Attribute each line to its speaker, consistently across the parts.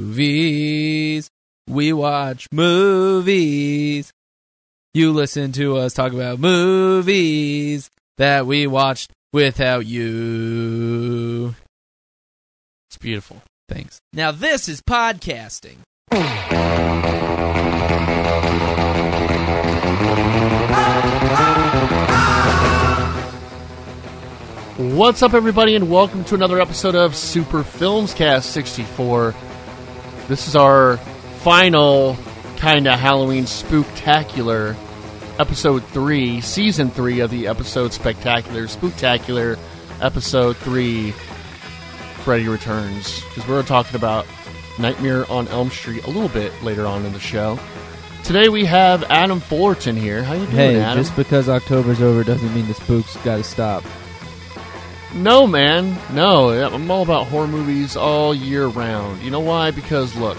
Speaker 1: movies. We watch movies. You listen to us talk about movies that we watched without you.
Speaker 2: It's beautiful.
Speaker 1: Thanks. Now this is podcasting.
Speaker 2: What's up, everybody, and welcome to another episode of Super Films Cast 64. This is our final kind of Halloween spooktacular episode 3, season 3 of the episode Spectacular, Spooktacular, episode 3, Freddy Returns. Because we're talking about Nightmare on Elm Street a little bit later on in the show. Today we have Adam Fullerton here. How you doing,
Speaker 3: Hey,
Speaker 2: Adam?
Speaker 3: just because October's over doesn't mean the spooks got to stop.
Speaker 2: No, man. No, I'm all about horror movies all year round. You know why? Because, look,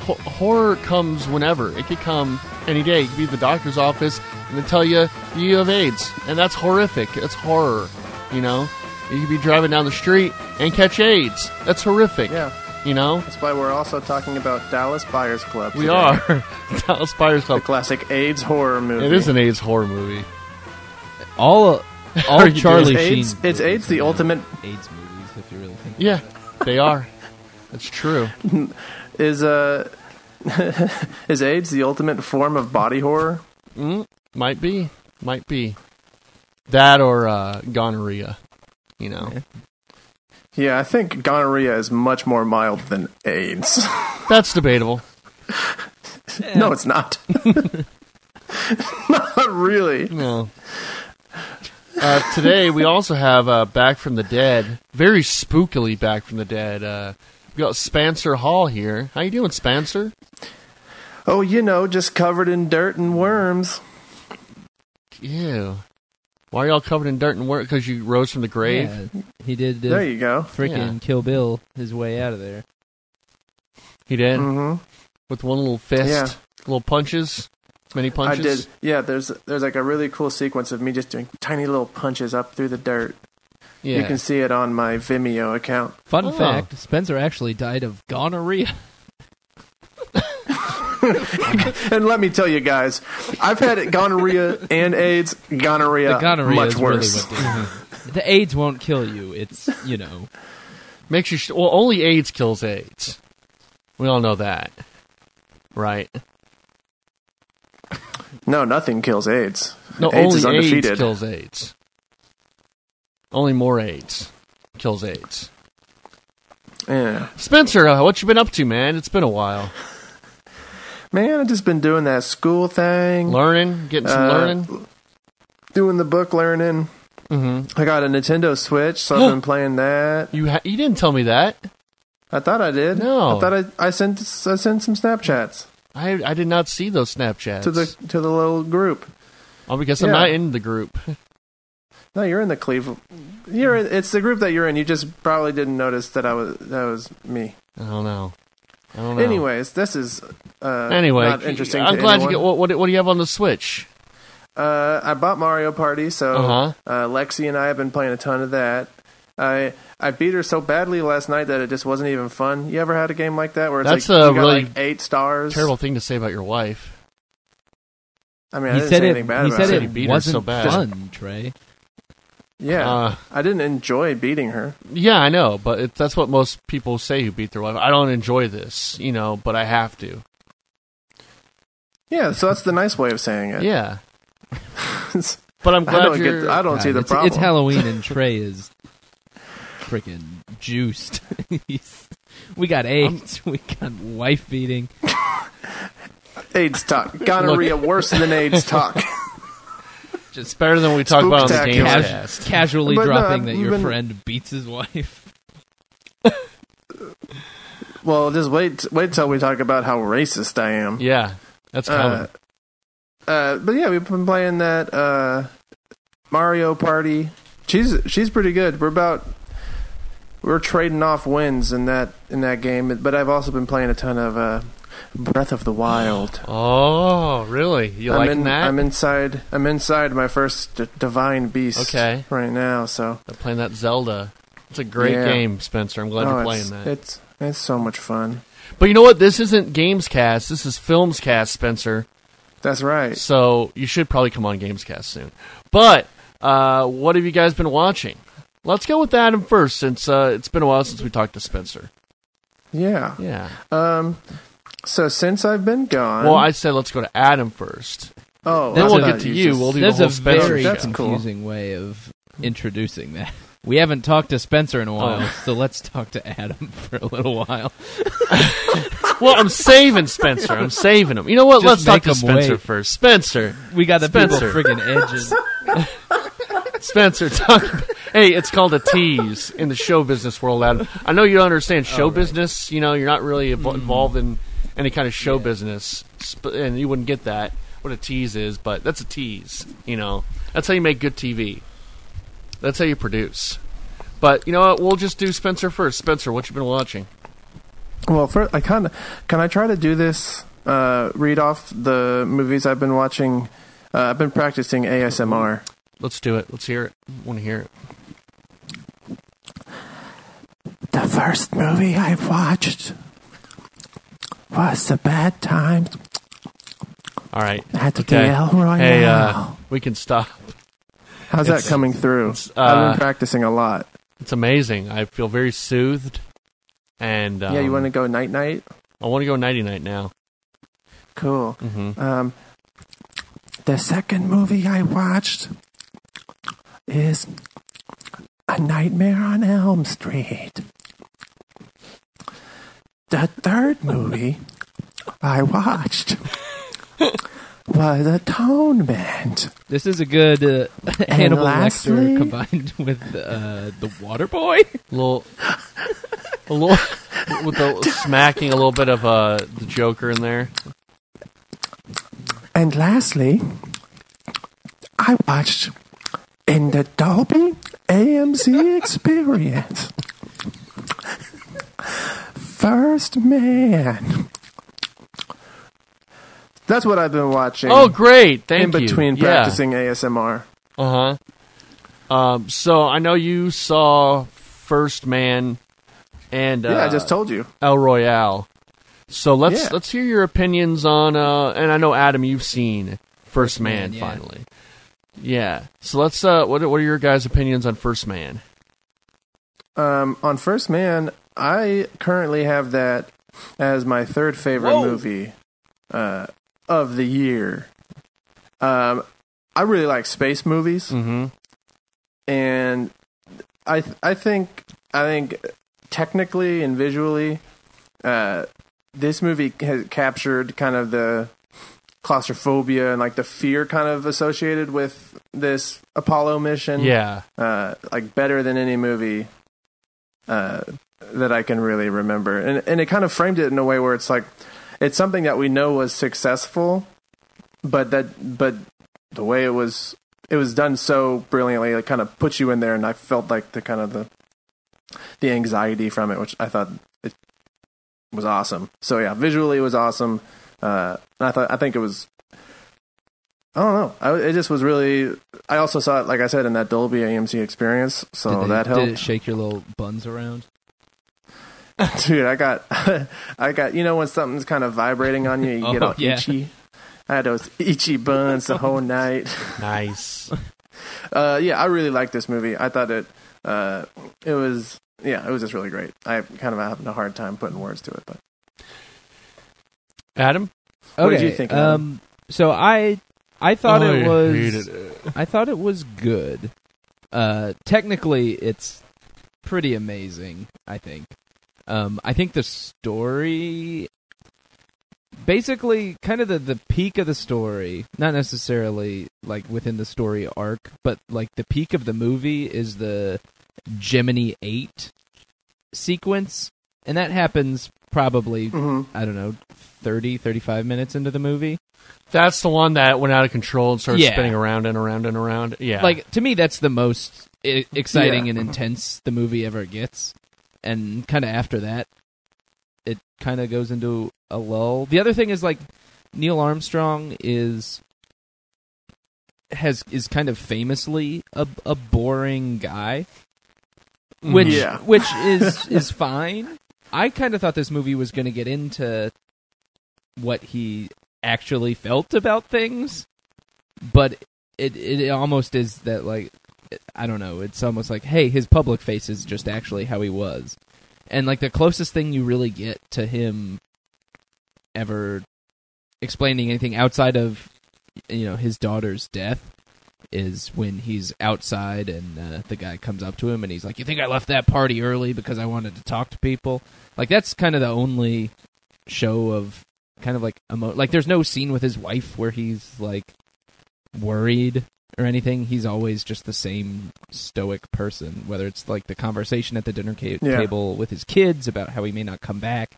Speaker 2: ho- horror comes whenever. It could come any day. It could be at the doctor's office and they tell you you have AIDS. And that's horrific. That's horror. You know? You could be driving down the street and catch AIDS. That's horrific.
Speaker 4: Yeah.
Speaker 2: You know?
Speaker 4: That's why we're also talking about Dallas Buyers Club.
Speaker 2: We
Speaker 4: today.
Speaker 2: are. Dallas Buyers
Speaker 4: The
Speaker 2: Club.
Speaker 4: classic AIDS horror movie.
Speaker 2: It is an AIDS horror movie.
Speaker 3: All, uh,
Speaker 2: Are
Speaker 3: all
Speaker 2: you
Speaker 3: Charlie
Speaker 4: doing
Speaker 3: Sheen.
Speaker 4: AIDS? It's AIDS, the ultimate-
Speaker 3: AIDS movies, if you really think.
Speaker 2: Yeah, they are. That's true.
Speaker 4: Is uh is AIDS the ultimate form of body horror?
Speaker 2: Might be. Might be. That or uh, gonorrhea. You know.
Speaker 4: Yeah, I think gonorrhea is much more mild than AIDS.
Speaker 2: That's debatable.
Speaker 4: no, it's not. not really.
Speaker 2: No. Uh, today we also have uh, Back from the Dead, very spookily Back from the Dead. Uh, we got Spencer Hall here. How you doing, Spencer?
Speaker 4: Oh, you know, just covered in dirt and worms.
Speaker 2: Ew. Why are y'all covered in dirt and work? Because you rose from the grave.
Speaker 3: Yeah, he did the
Speaker 4: There you go.
Speaker 3: freaking
Speaker 2: Yeah.
Speaker 3: Kill Bill his way out of there.
Speaker 2: He did
Speaker 4: hmm
Speaker 2: with one little fist,
Speaker 4: Yeah.
Speaker 2: little punches, many
Speaker 4: I
Speaker 2: punches.
Speaker 4: did. Yeah, there's there's like a really cool sequence of me just doing tiny little punches up through the dirt.
Speaker 2: Yeah.
Speaker 4: You can see it on my Vimeo account.
Speaker 3: Fun
Speaker 2: Oh.
Speaker 3: fact: Spencer actually died of gonorrhea.
Speaker 4: And let me tell you guys, I've had gonorrhea and AIDS. Gonorrhea,
Speaker 3: the gonorrhea
Speaker 4: much
Speaker 3: is
Speaker 4: worse.
Speaker 3: really what did it. The AIDS won't kill you. It's you know.
Speaker 2: Makes you sh- well. Only AIDS kills AIDS. We all know that, right?
Speaker 4: no, nothing kills AIDS.
Speaker 2: No,
Speaker 4: AIDS is
Speaker 2: only
Speaker 4: undefeated.
Speaker 2: AIDS kills AIDS. Only more AIDS kills AIDS.
Speaker 4: Yeah,
Speaker 2: Spencer, uh, what you been up to, man? It's been a while.
Speaker 4: man, I've just been doing that school thing,
Speaker 2: Learning, getting some
Speaker 4: Uh,
Speaker 2: learning.
Speaker 4: doing the book learning.
Speaker 2: Mm-hmm.
Speaker 4: I got a Nintendo Switch, so I've been playing that.
Speaker 2: You ha- you didn't tell me that.
Speaker 4: I thought I did.
Speaker 2: No.
Speaker 4: I thought I, I sent I sent some Snapchats
Speaker 2: I I did not see those Snapchats.
Speaker 4: to the to the little group.
Speaker 2: oh, because I'm
Speaker 4: yeah.
Speaker 2: not in the group.
Speaker 4: No, you're in the Cleveland. You're in, it's the group that you're in. You just probably didn't notice that I was that was me.
Speaker 2: I don't know. I don't know.
Speaker 4: Anyways, this is uh,
Speaker 2: Anyway,
Speaker 4: not interesting.
Speaker 2: I'm
Speaker 4: to
Speaker 2: glad
Speaker 4: anyone.
Speaker 2: you get what, what what do you have on the Switch?
Speaker 4: Uh, I bought Mario Party, so
Speaker 2: Uh-huh.
Speaker 4: uh, Lexi and I have been playing a ton of that. I I beat her so badly last night that it just wasn't even fun. You ever had a game like that where it's
Speaker 2: That's
Speaker 4: like
Speaker 2: a
Speaker 4: you got
Speaker 2: really
Speaker 4: like eight stars?
Speaker 2: Terrible thing to say about your wife.
Speaker 4: I mean, I
Speaker 3: he
Speaker 4: didn't
Speaker 3: said
Speaker 4: say
Speaker 3: it.
Speaker 4: anything bad
Speaker 3: he
Speaker 4: about
Speaker 3: said
Speaker 2: Said
Speaker 3: it
Speaker 2: he beat her
Speaker 3: wasn't
Speaker 2: so bad.
Speaker 3: fun, Trey.
Speaker 4: Yeah,
Speaker 2: Uh,
Speaker 4: I didn't enjoy beating her.
Speaker 2: Yeah, I know, but it, that's what most people say who beat their wife. I don't enjoy this, you know, but I have to.
Speaker 4: Yeah, so that's the nice way of saying it.
Speaker 2: Yeah, but I'm
Speaker 4: I
Speaker 2: glad
Speaker 4: don't
Speaker 2: you're.
Speaker 4: get. I don't
Speaker 3: God,
Speaker 4: see the
Speaker 3: it's,
Speaker 4: problem.
Speaker 3: It's Halloween and Trey is freaking juiced. He's- we got AIDS. we got wife beating.
Speaker 4: AIDS talk, gonorrhea worse than AIDS talk.
Speaker 2: It's better than we talk about on the game
Speaker 4: Spooktacular.
Speaker 3: Cas-
Speaker 2: cast.
Speaker 3: casually
Speaker 4: But no,
Speaker 3: dropping
Speaker 4: I've
Speaker 3: that your
Speaker 4: been-
Speaker 3: friend beats his wife.
Speaker 4: well, just wait. Wait till we talk about how racist I am.
Speaker 2: Yeah, that's coming.
Speaker 4: Uh, uh, but yeah, we've been playing that uh, Mario Party. She's she's pretty good. We're about we're trading off wins in that in that game. But I've also been playing a ton of uh, Breath of the Wild.
Speaker 2: oh, really? You
Speaker 4: I'm
Speaker 2: like
Speaker 4: in,
Speaker 2: that?
Speaker 4: I'm inside. I'm inside my first d- divine beast.
Speaker 2: Okay.
Speaker 4: Right now, so
Speaker 2: I'm playing that Zelda. It's a great
Speaker 4: Yeah.
Speaker 2: game, Spencer. I'm glad
Speaker 4: Oh,
Speaker 2: you're
Speaker 4: it's-
Speaker 2: playing that.
Speaker 4: It's It's so much fun.
Speaker 2: But you know what? This isn't Gamescast. This is Filmscast, Spencer.
Speaker 4: That's right.
Speaker 2: So you should probably come on Gamescast soon. But uh, what have you guys been watching? Let's go with Adam first, since uh, it's been a while since we talked to Spencer.
Speaker 4: Yeah.
Speaker 2: Yeah.
Speaker 4: Um. So since I've been gone,
Speaker 2: Well, I said let's go to Adam first.
Speaker 4: oh,
Speaker 2: Then
Speaker 4: I
Speaker 2: we'll
Speaker 4: thought
Speaker 2: get to you.
Speaker 4: just-
Speaker 2: We'll do
Speaker 3: That's
Speaker 2: the
Speaker 3: a
Speaker 2: whole Spencer
Speaker 3: very
Speaker 2: show.
Speaker 4: That's cool.
Speaker 3: confusing way of introducing that. We haven't talked to Spencer in a while,
Speaker 4: Oh.
Speaker 3: so let's talk to Adam for a little while.
Speaker 2: well, I'm saving Spencer. I'm saving him. You know what?
Speaker 3: Just
Speaker 2: let's talk
Speaker 3: make
Speaker 2: to
Speaker 3: him
Speaker 2: Spencer
Speaker 3: wait.
Speaker 2: first. Spencer,
Speaker 3: We got the
Speaker 2: Spencer.
Speaker 3: people friggin' edges.
Speaker 2: Spencer, talk. hey, it's called a tease in the show business world, Adam. I know you don't understand
Speaker 3: Oh,
Speaker 2: show business. You know, you're not really inv-
Speaker 3: Mm-hmm.
Speaker 2: involved in any kind of show business, sp- and you wouldn't get that what a tease is. But that's a tease. You know, that's how you make good TV. That's how you produce. But you know what? We'll just do Spencer first. Spencer, what you been watching?
Speaker 4: Well, first, I kind of can I try to do this? Uh, read off the movies I've been watching. Uh, I've been practicing ASMR.
Speaker 2: Let's do it. Let's hear it. Want to hear it?
Speaker 4: The first movie I watched was The Bad Times
Speaker 2: All right.
Speaker 4: at
Speaker 2: Okay.
Speaker 4: El Royale.
Speaker 2: Hey, uh, we can stop.
Speaker 4: How's that coming through? I've
Speaker 2: uh,
Speaker 4: been practicing a lot.
Speaker 2: It's amazing. I feel very soothed. And um,
Speaker 4: yeah, you want to go night night?
Speaker 2: I want to go nighty night now.
Speaker 4: Cool.
Speaker 2: Mm-hmm.
Speaker 4: Um, the second movie I watched is A Nightmare on Elm Street. The third movie I watched was Atonement.
Speaker 3: This is a good uh,
Speaker 4: And
Speaker 3: Hannibal
Speaker 4: lastly-
Speaker 3: Lecter combined with uh, the Water Boy.
Speaker 2: little, a little with the smacking a little bit of uh, the Joker in there.
Speaker 4: And lastly, I watched in the Dolby AMC experience. First Man. That's what I've been watching.
Speaker 2: Oh, great! Thank
Speaker 4: in
Speaker 2: you.
Speaker 4: between practicing ASMR.
Speaker 2: Uh huh. Um, so I know you saw First Man and uh,
Speaker 4: yeah, I just told you.
Speaker 2: El Royale. So let's
Speaker 4: Yeah.
Speaker 2: let's hear your opinions on. Uh, and I know Adam, you've seen First Man,
Speaker 3: Man, yeah.
Speaker 2: finally. Yeah. So let's. Uh, what are- what are your guys' opinions on First Man?
Speaker 4: Um, on First Man, I currently have that as my third favorite movie uh, of the year. Um, I really like space movies.
Speaker 2: Mm-hmm.
Speaker 4: and I th- I think I think technically and visually, uh, this movie has captured kind of the claustrophobia and like the fear kind of associated with this Apollo mission.
Speaker 2: Yeah.
Speaker 4: uh, like better than any movie uh, that I can really remember, and and it kind of framed it in a way where it's like it's something that we know was successful, but that but the way it was it was done so brilliantly it kind of puts you in there and i felt like the kind of the the anxiety from it which i thought it was awesome so yeah visually it was awesome uh and i thought i think it was i don't know I, it just was really i also saw it like i said in that dolby amc experience so
Speaker 3: did, they-
Speaker 4: Oh, that helped
Speaker 3: did it shake your little buns around?
Speaker 4: Dude, I got, I got. You know when something's kind of vibrating on you, you get
Speaker 3: Oh,
Speaker 4: all
Speaker 3: yeah.
Speaker 4: itchy. I had those itchy buns the whole night.
Speaker 2: Nice.
Speaker 4: Uh, yeah, I really liked this movie. I thought it, uh, it was, yeah, it was just really great. I kind of having a hard time putting words to it, but
Speaker 2: Adam.
Speaker 4: What did you think, Adam?
Speaker 3: Um, so I I thought it was
Speaker 2: it.
Speaker 3: I thought it was good. Uh, technically, it's pretty amazing. I think. Um, I think the story, basically, kind of the the peak of the story, not necessarily like within the story arc, but like the peak of the movie is the Gemini Eight sequence, and that happens probably
Speaker 4: Mhm.
Speaker 3: I don't know 30, 35 minutes into the movie.
Speaker 2: That's the one that went out of control and started
Speaker 3: Yeah.
Speaker 2: spinning around and around and around. Yeah.
Speaker 3: like to me that's the most I- exciting
Speaker 4: Yeah.
Speaker 3: and intense the movie ever gets and kind of after that it kind of goes into a lull the other thing is like neil armstrong is has is kind of famously a, a boring guy
Speaker 2: Mhm.
Speaker 3: which
Speaker 4: Yeah.
Speaker 3: which is is fine I kind of thought this movie was going to get into what he actually felt about things, but it it almost is that like I don't know. It's almost like hey, his public face is just actually how he was, and like the closest thing you really get to him ever explaining anything outside of you know his daughter's death is when he's outside and uh, the guy comes up to him and he's like, "You think I left that party early because I wanted to talk to people?" Like that's kind of the only show of kind of like emo- like there's no scene with his wife where he's like worried or anything. He's always just the same stoic person, whether it's like the conversation at the dinner ca-
Speaker 4: Yeah.
Speaker 3: table with his kids about how he may not come back.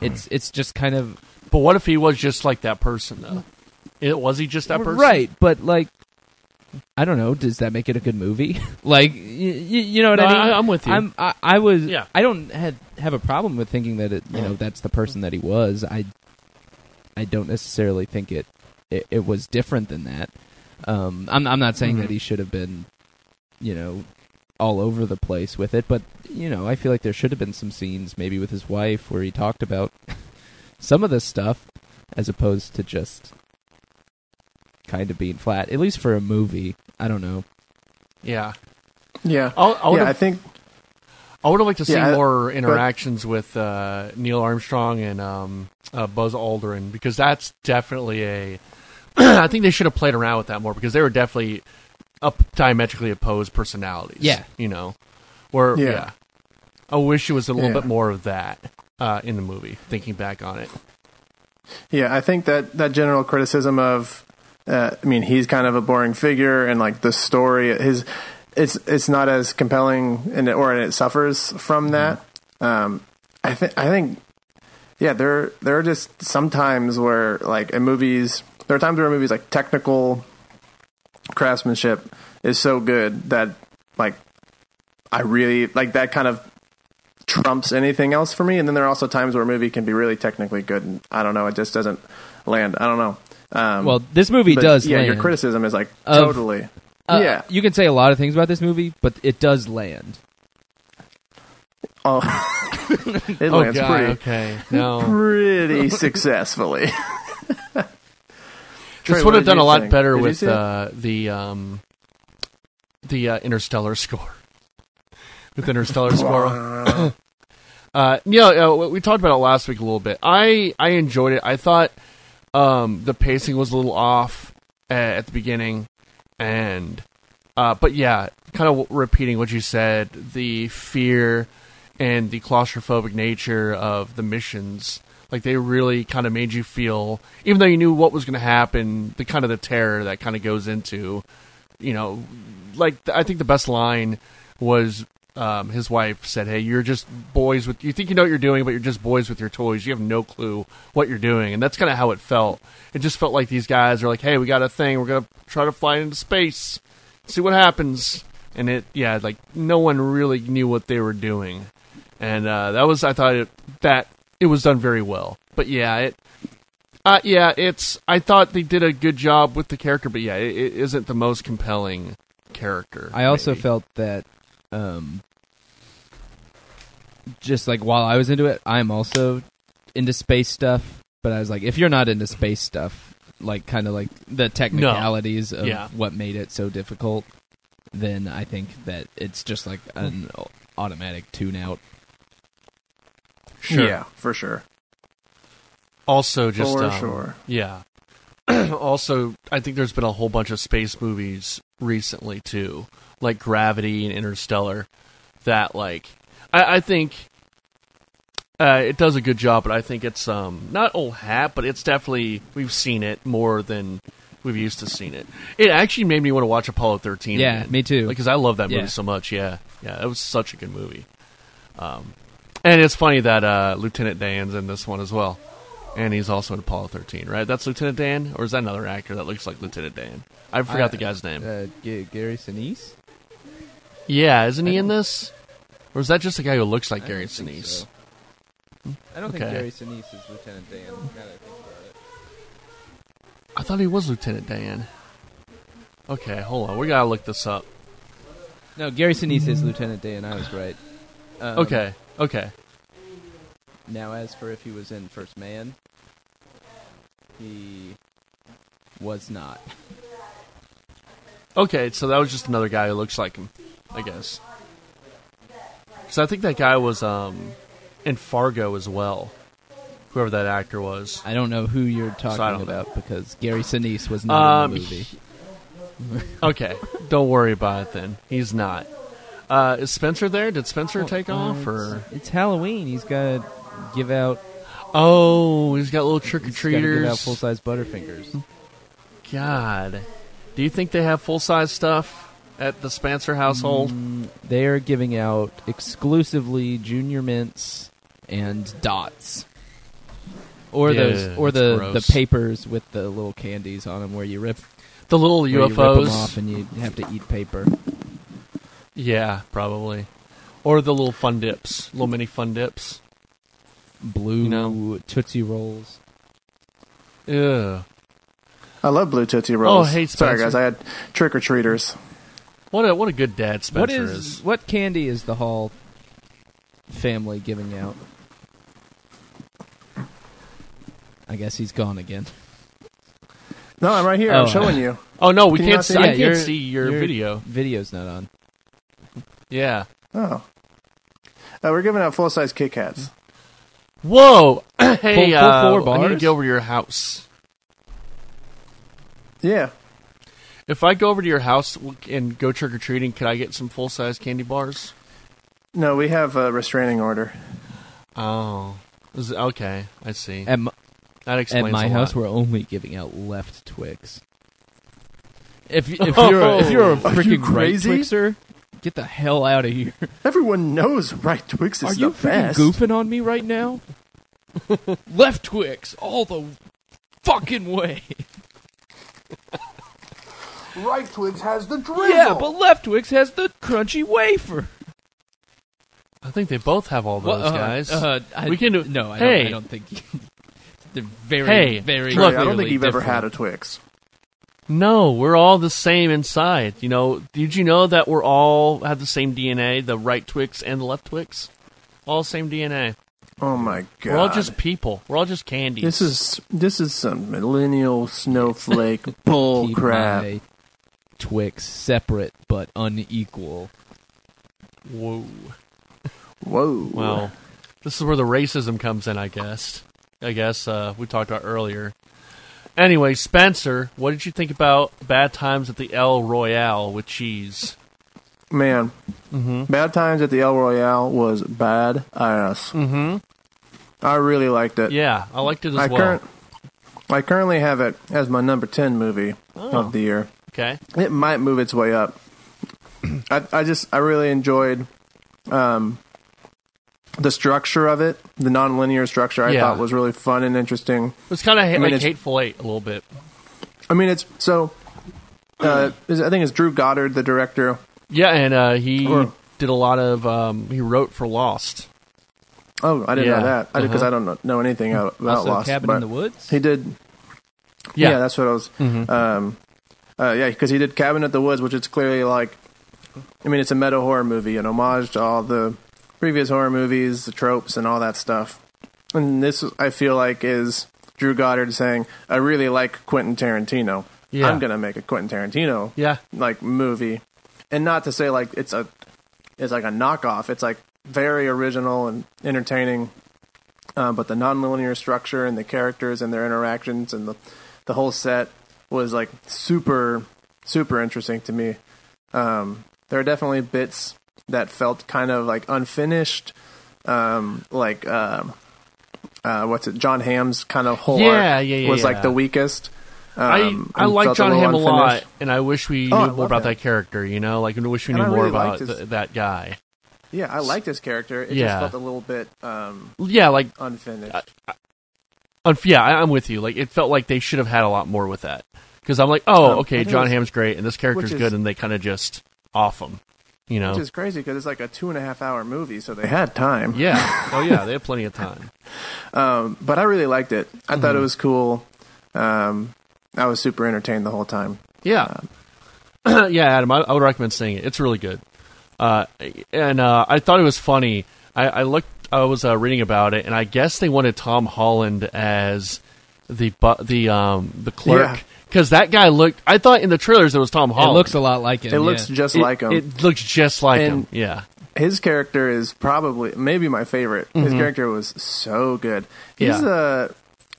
Speaker 3: It's it's just kind of
Speaker 2: But what if he was just like that person though? It was he just that person?
Speaker 3: Right, but like, I don't know. Does that make it a good movie? like, y- y- you know what
Speaker 2: No,
Speaker 3: I mean?
Speaker 2: I- I'm with you.
Speaker 3: I'm, I, I was.
Speaker 2: Yeah.
Speaker 3: I don't had, have a problem with thinking that it. You know, that's the person that he was. I. I don't necessarily think it. It, it was different than that. Um, I'm. I'm not saying
Speaker 4: Mm-hmm.
Speaker 3: that he should have been. You know, all over the place with it, but you know, I feel like there should have been some scenes, maybe with his wife, where he talked about some of this stuff, as opposed to just kind of being flat. At least for a movie, I don't know.
Speaker 2: Yeah.
Speaker 4: Yeah.
Speaker 2: I'll, I would
Speaker 4: yeah, I
Speaker 2: have,
Speaker 4: think
Speaker 2: I would have liked to see
Speaker 4: Yeah, I-
Speaker 2: more interactions with uh, Neil Armstrong and um, uh, Buzz Aldrin because that's definitely a. I think they should have played around with that more because they were definitely up diametrically opposed personalities.
Speaker 3: Yeah.
Speaker 2: you know, where yeah.
Speaker 4: Yeah.
Speaker 2: I wish it was a little
Speaker 4: Yeah.
Speaker 2: bit more of that uh, in the movie. Thinking back on it,
Speaker 4: Yeah, I think that that general criticism of, uh, I mean, he's kind of a boring figure, and like the story, his, it's it's not as compelling, and it- or it suffers from that. Um, I think I think, yeah, there there are just some times where like in movies, there are times where movies like technical craftsmanship is so good that like I really like that kind of trumps anything else for me. And then there are also times where a movie can be really technically good, and I don't know, it just doesn't land. I don't know. Um,
Speaker 3: Well, this movie
Speaker 4: but
Speaker 3: does.
Speaker 4: Yeah, your
Speaker 3: land.
Speaker 4: criticism is like
Speaker 3: Of-
Speaker 4: totally.
Speaker 3: Uh,
Speaker 4: yeah.
Speaker 3: you can say a lot of things about this movie, but it does land.
Speaker 4: Oh, it
Speaker 2: oh
Speaker 4: lands
Speaker 2: god,
Speaker 4: pretty,
Speaker 2: okay, no,
Speaker 4: pretty successfully. Trey,
Speaker 2: this
Speaker 4: what
Speaker 2: would have
Speaker 4: did
Speaker 2: done
Speaker 4: you
Speaker 2: a lot
Speaker 4: think?
Speaker 2: better
Speaker 4: Did you
Speaker 2: with
Speaker 4: see it?
Speaker 2: uh, the um, the uh, Interstellar score. With Interstellar score, Uh, yeah, uh, we- we talked about it last week a little bit. I I enjoyed it. I thought um, the pacing was a little off uh, at the beginning, and uh, but yeah, kind of repeating what you said, the fear and the claustrophobic nature of the missions. Like they really kind of made you feel, even though you knew what was going to happen, the kind of the terror that kind of goes into, you know, like th- I think the best line was um, his wife said, "Hey, you're just boys with. You think you know what you're doing, but you're just boys with your toys. You have no clue what you're doing." And that's kind of how it felt. It just felt like these guys are like, "Hey, we got a thing. We're gonna try to fly into space, see what happens." And it, yeah, like no one really knew what they were doing, and uh, that was I thought it, that it was done very well. But yeah, it uh, yeah, it's. I thought they did a good job with the character, but yeah, it, it isn't the most compelling character.
Speaker 3: I also
Speaker 2: maybe.
Speaker 3: felt that, um, just like while I was into it, I'm also into space stuff. But I was like, if you're not into space stuff, like kind of like the technicalities of
Speaker 2: Yeah.
Speaker 3: what made it so difficult, then I think that it's just like an automatic tune out.
Speaker 2: sure.
Speaker 4: Yeah, for sure.
Speaker 2: also just
Speaker 4: for
Speaker 2: um,
Speaker 4: sure.
Speaker 2: yeah. also, I think there's been a whole bunch of space movies recently too, like Gravity and Interstellar. That like, I, I think uh, it does a good job, but I think it's um not old hat, but it's definitely we've seen it more than we've used to seeing it. It actually made me want to watch Apollo 13.
Speaker 3: Yeah,
Speaker 2: again.
Speaker 3: me too.
Speaker 2: Because I love that movie
Speaker 3: Yeah.
Speaker 2: so much. Yeah, yeah, it was such a good movie. Um, and it's funny that uh, Lieutenant Dan's in this one as well, and he's also in Apollo 13. Right? That's Lieutenant Dan, or is that another actor that looks like Lieutenant Dan? I forgot the guy's name.
Speaker 3: Uh, G- Gary Sinise.
Speaker 2: yeah, isn't he in this? Or is that just the guy who looks like Gary Sinise?
Speaker 3: I don't
Speaker 2: think Okay. Gary
Speaker 3: Sinise is Lieutenant Dan.
Speaker 2: I thought he was Lieutenant Dan. Okay, hold on. We gotta look this up.
Speaker 3: No, Gary Sinise is Lieutenant Dan. I was right. Um,
Speaker 2: Okay, okay.
Speaker 3: Now, as for if he was in First Man, he was not.
Speaker 2: Okay, so that was just another guy who looks like him, I guess. So I think that guy was um, in Fargo as well, whoever that actor was.
Speaker 3: I don't know who you're talking
Speaker 2: So I don't
Speaker 3: about because Gary Sinise was not
Speaker 2: Um,
Speaker 3: in the movie.
Speaker 2: Okay, don't worry about it then. He's not. Uh, is Spencer there? Did Spencer take
Speaker 3: Oh,
Speaker 2: off?
Speaker 3: uh,
Speaker 2: Or
Speaker 3: It's, Halloween. He's got to give out,
Speaker 2: oh, he's got little trick or
Speaker 3: full
Speaker 2: treaters.
Speaker 3: size Butterfingers.
Speaker 2: God, do you think they have full size stuff at the Spencer household?
Speaker 3: Mm, They are giving out exclusively junior mints and dots. Or
Speaker 2: Yeah,
Speaker 3: those, or
Speaker 2: that's
Speaker 3: the,
Speaker 2: gross.
Speaker 3: the papers with the little candies on them, where you rip
Speaker 2: The little
Speaker 3: where you rip 'em off
Speaker 2: UFOs.
Speaker 3: and you have to eat paper.
Speaker 2: yeah, probably. Or the little fun dips, little mini fun dips.
Speaker 3: Blue
Speaker 2: You know.
Speaker 3: tootsie rolls.
Speaker 2: Ew.
Speaker 4: I love Blue Tootsie Rolls.
Speaker 2: Oh, hey,
Speaker 4: Sorry,
Speaker 2: Spencer.
Speaker 4: guys. I had trick or treaters.
Speaker 2: What a what a good dad Spencer
Speaker 3: What
Speaker 2: is,
Speaker 3: is, what candy is the Hall family giving out? I guess he's gone again.
Speaker 4: No, I'm right here.
Speaker 3: Oh.
Speaker 4: I'm showing you.
Speaker 2: Oh no, we can
Speaker 4: Can you
Speaker 2: not
Speaker 4: not
Speaker 2: see.
Speaker 4: see
Speaker 2: I
Speaker 4: it?
Speaker 2: can't
Speaker 3: Yeah, you're-
Speaker 2: see your
Speaker 3: you're-
Speaker 2: video.
Speaker 3: Video's not on.
Speaker 2: Yeah.
Speaker 4: Oh. Uh, we're giving out full size Kit Kats.
Speaker 2: Whoa. hey,
Speaker 3: full
Speaker 2: uh,
Speaker 3: four
Speaker 2: I need to
Speaker 3: bars?
Speaker 2: go over to your house.
Speaker 4: Yeah.
Speaker 2: If I go over to your house and go trick or treating, could I get some full size candy bars?
Speaker 4: No, we have a restraining order.
Speaker 2: Oh, Is it- okay. I see.
Speaker 3: At, m-
Speaker 2: That
Speaker 3: at
Speaker 2: explains
Speaker 3: my
Speaker 2: a
Speaker 3: house,
Speaker 2: lot.
Speaker 3: we're only giving out left Twix. If if you're a, if you're a
Speaker 4: Oh. Are
Speaker 3: freaking
Speaker 4: you
Speaker 3: right
Speaker 4: crazy?
Speaker 3: Twixer, get the hell out of here.
Speaker 4: Everyone knows right Twix is
Speaker 3: Are
Speaker 4: the
Speaker 3: you freaking
Speaker 4: best.
Speaker 3: goofing on me right now? left Twix all the fucking way.
Speaker 5: Right Twigs has the drizzle.
Speaker 3: Yeah, but left Twix has the crunchy wafer.
Speaker 2: I think they both have all those
Speaker 3: Well, uh,
Speaker 2: guys.
Speaker 3: uh, I,
Speaker 2: We can do-
Speaker 3: No, I,
Speaker 2: Hey.
Speaker 3: don't, I don't think. they're very,
Speaker 2: Hey,
Speaker 3: very.
Speaker 4: Trey, I don't
Speaker 3: clearly
Speaker 4: think you've ever
Speaker 3: different.
Speaker 4: had a Twix.
Speaker 2: no, we're all the same inside. You know? Did you know that we're all have the same DNA? The right Twix and the left Twix, all same DNA.
Speaker 4: Oh my god.
Speaker 2: We're all just people. We're all just candy.
Speaker 4: This is this is some millennial snowflake bull
Speaker 3: Keep
Speaker 4: crap.
Speaker 3: my Twix separate but unequal.
Speaker 2: whoa.
Speaker 4: Whoa.
Speaker 2: Well, this is where the racism comes in, I guess. I guess uh, we talked about earlier. Anyway, Spencer, what did you think about Bad Times at the El Royale with cheese?
Speaker 4: man,
Speaker 2: Mm-hmm.
Speaker 4: Bad Times at the El Royale was bad ass. Mm-hmm. I really liked it.
Speaker 2: Yeah, I liked it as
Speaker 4: I
Speaker 2: well.
Speaker 4: current I currently have it as my number ten movie
Speaker 2: Oh.
Speaker 4: of the year.
Speaker 2: okay,
Speaker 4: It might move its way up. I I just I really enjoyed um the structure of it, the nonlinear structure I
Speaker 2: Yeah.
Speaker 4: thought was really fun and interesting.
Speaker 2: it's kind of
Speaker 4: mean,
Speaker 2: like
Speaker 4: it's-
Speaker 2: Hateful Eight a little bit.
Speaker 4: I mean it's so uh, is- I think it's Drew Goddard, the director.
Speaker 2: Yeah, and uh, he
Speaker 4: Or-
Speaker 2: did a lot of um, he wrote for Lost.
Speaker 4: Oh, I didn't
Speaker 2: Yeah.
Speaker 4: know that because
Speaker 2: Uh-huh.
Speaker 4: I don't know, know anything out- about
Speaker 3: also,
Speaker 4: Lost.
Speaker 3: Cabin
Speaker 4: but
Speaker 3: in the Woods. Mm-hmm.
Speaker 4: he did Yeah, that's what I was. Um, uh, yeah, because he did Cabin at the Woods, which it's clearly like. I mean, it's a meta horror movie, an homage to all the previous horror movies, the tropes, and all that stuff. And this, I feel like, is Drew Goddard saying, "I really like Quentin Tarantino.
Speaker 2: Yeah.
Speaker 4: I'm gonna make a Quentin Tarantino
Speaker 2: yeah,
Speaker 4: like movie," and not to say like it's a it's like a knockoff. It's like very original and entertaining. Um, but the nonlinear structure and the characters and their interactions and the the whole set was like super super interesting to me. Um, there are definitely bits that felt kind of like unfinished, um, like um, uh, what's it? John Hamm's kind of whole
Speaker 2: Yeah,
Speaker 4: arc
Speaker 2: yeah, yeah,
Speaker 4: was
Speaker 2: yeah.
Speaker 4: like the weakest. Um,
Speaker 2: I I
Speaker 4: and
Speaker 2: like
Speaker 4: felt a
Speaker 2: John
Speaker 4: little
Speaker 2: Hamm a lot,
Speaker 4: unfinished.
Speaker 2: and I wish we
Speaker 4: Oh, I
Speaker 2: knew more
Speaker 4: love
Speaker 2: about
Speaker 4: him.
Speaker 2: that character. You know, like I wish we
Speaker 4: And
Speaker 2: knew
Speaker 4: I
Speaker 2: more
Speaker 4: really
Speaker 2: about
Speaker 4: liked his-
Speaker 2: th- that guy.
Speaker 4: Yeah, I liked his character. It
Speaker 2: Yeah.
Speaker 4: just felt a little bit um,
Speaker 2: Yeah, like
Speaker 4: unfinished.
Speaker 2: Um, yeah, I, I'm with you. Like, it felt like they should have had a lot more with that. Because I'm like, oh,
Speaker 4: Um, I
Speaker 2: okay,
Speaker 4: think
Speaker 2: John
Speaker 4: it's-
Speaker 2: Hamm's great, and this character's
Speaker 4: which is-
Speaker 2: good, and they kind of just off him. You know?
Speaker 4: Which is crazy because it's like a two and a half hour movie, so they had time.
Speaker 2: yeah. Oh, yeah, they have plenty of time.
Speaker 4: Um, but I really liked it. I thought it
Speaker 2: Mm-hmm.
Speaker 4: was cool. Um, I was super entertained the whole time.
Speaker 2: Yeah. yeah, Adam, I, I uh, would recommend seeing it. It's really good. Uh, and uh, I thought it was funny. I, I looked I was uh, reading about it, and I guess they wanted Tom Holland as the bu- the um the
Speaker 4: Yeah.
Speaker 2: clerk because that guy looked. I thought in the trailers it was Tom
Speaker 3: It
Speaker 2: Holland.
Speaker 3: looks a lot like him.
Speaker 4: It looks
Speaker 3: yeah.
Speaker 4: just
Speaker 2: It-
Speaker 4: like him.
Speaker 2: It looks just like
Speaker 4: And-
Speaker 2: him. Yeah.
Speaker 4: his character is probably maybe my favorite. His character was so good. He's
Speaker 2: Mm-hmm. Yeah.
Speaker 4: uh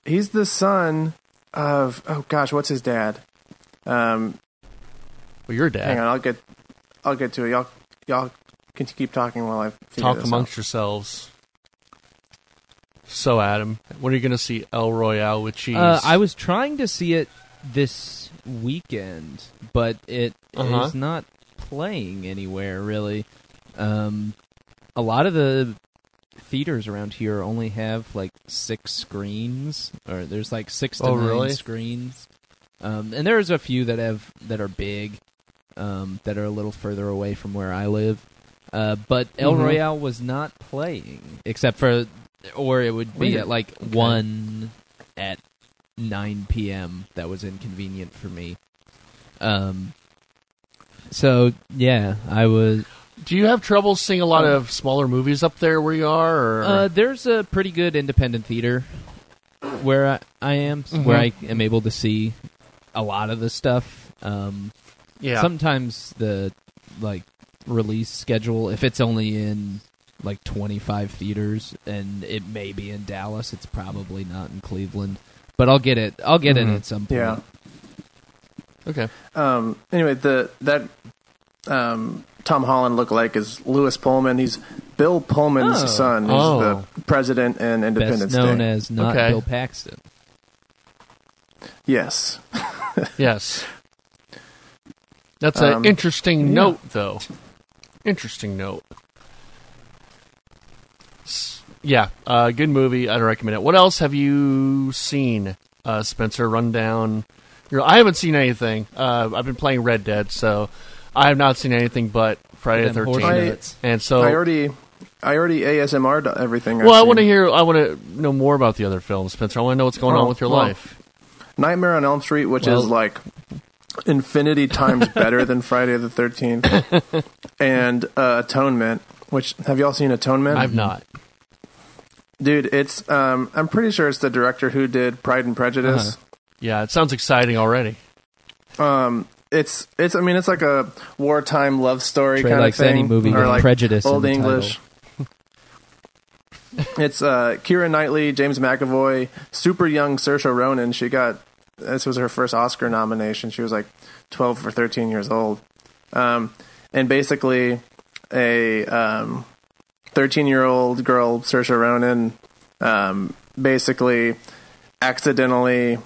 Speaker 4: he's the son of oh gosh, what's his dad? Um,
Speaker 2: Well, your
Speaker 4: hang on,
Speaker 2: dad.
Speaker 4: I'll get I'll get to it. Y'all y'all can keep talking while I figure
Speaker 2: Talk
Speaker 4: this
Speaker 2: amongst yourselves. So Adam, when are you going to see El Royale with cheese?
Speaker 3: Uh, I was trying to see it this weekend, but it is
Speaker 2: Uh-huh.
Speaker 3: not playing anywhere really. Um, a lot of the theaters around here only have like six screens, or there's like six to
Speaker 2: Oh,
Speaker 3: nine
Speaker 2: really?
Speaker 3: screens. Um, and there's a few that have that are big, um, that are a little further away from where I live. Uh, but El
Speaker 2: Mhm.
Speaker 3: Royale was not playing, except for, or it would be
Speaker 2: Weird.
Speaker 3: at like one at 9 p.m. That was inconvenient for me. Um. So yeah, I was.
Speaker 2: Do you have trouble seeing a lot of smaller movies up there where you are? Or?
Speaker 3: Uh, there's a pretty good independent theater where I, I am, where I
Speaker 4: Mm-hmm.
Speaker 3: am able to see a lot of the stuff. Um,
Speaker 2: yeah.
Speaker 3: Sometimes the like release schedule, if it's only in like 25 theaters, and it may be in Dallas, it's probably not in Cleveland. But I'll get it. I'll get it at some point.
Speaker 4: Mm-hmm. Yeah.
Speaker 2: okay.
Speaker 4: um, anyway, the that um, Tom Holland lookalike is Lewis Pullman. He's Bill Pullman's
Speaker 3: Oh.
Speaker 4: son. He's
Speaker 2: Oh.
Speaker 4: the president and Independence
Speaker 3: best known
Speaker 4: Day.
Speaker 3: as not
Speaker 2: Okay.
Speaker 3: Bill Paxton.
Speaker 4: yes,
Speaker 2: Yes. That's an
Speaker 4: Um,
Speaker 2: interesting
Speaker 4: yeah.
Speaker 2: note, though. Interesting note. S- Yeah, uh, good movie. I'd recommend it. What else have you seen, uh, Spencer? Run down. Your, I haven't seen anything. Uh, I've been playing Red Dead, so I have not seen anything but Friday the
Speaker 3: Them horse
Speaker 2: Thirteenth.
Speaker 3: nuts.
Speaker 2: And so,
Speaker 4: I already I already ASMR would everything.
Speaker 2: well, I
Speaker 4: I've
Speaker 2: want to
Speaker 4: seen.
Speaker 2: hear. I want to know more about the other films, Spencer. I want to know what's going on
Speaker 4: Well,
Speaker 2: with your
Speaker 4: well,
Speaker 2: life.
Speaker 4: Nightmare on Elm Street, which
Speaker 2: Well-
Speaker 4: is like infinity times better than Friday the Thirteenth, and uh, Atonement. Which have y'all seen Atonement?
Speaker 2: I've not.
Speaker 4: Dude, it's um, I'm pretty sure it's the director who did Pride and
Speaker 2: Uh-huh.
Speaker 4: Prejudice.
Speaker 2: Yeah, it sounds exciting already.
Speaker 4: Um, it's it's I mean it's like a wartime love story
Speaker 3: Trey
Speaker 4: kind
Speaker 3: likes
Speaker 4: of thing.
Speaker 3: any movie
Speaker 4: or
Speaker 3: with
Speaker 4: like
Speaker 3: prejudice in
Speaker 4: old
Speaker 3: the title.
Speaker 4: English. it's uh, Kira Knightley, James McAvoy, super young Saoirse Ronan. She got this was her first Oscar nomination. She was like twelve or thirteen years old, um, and basically a um, thirteen-year-old girl, Saoirse Ronan, um, basically accidentally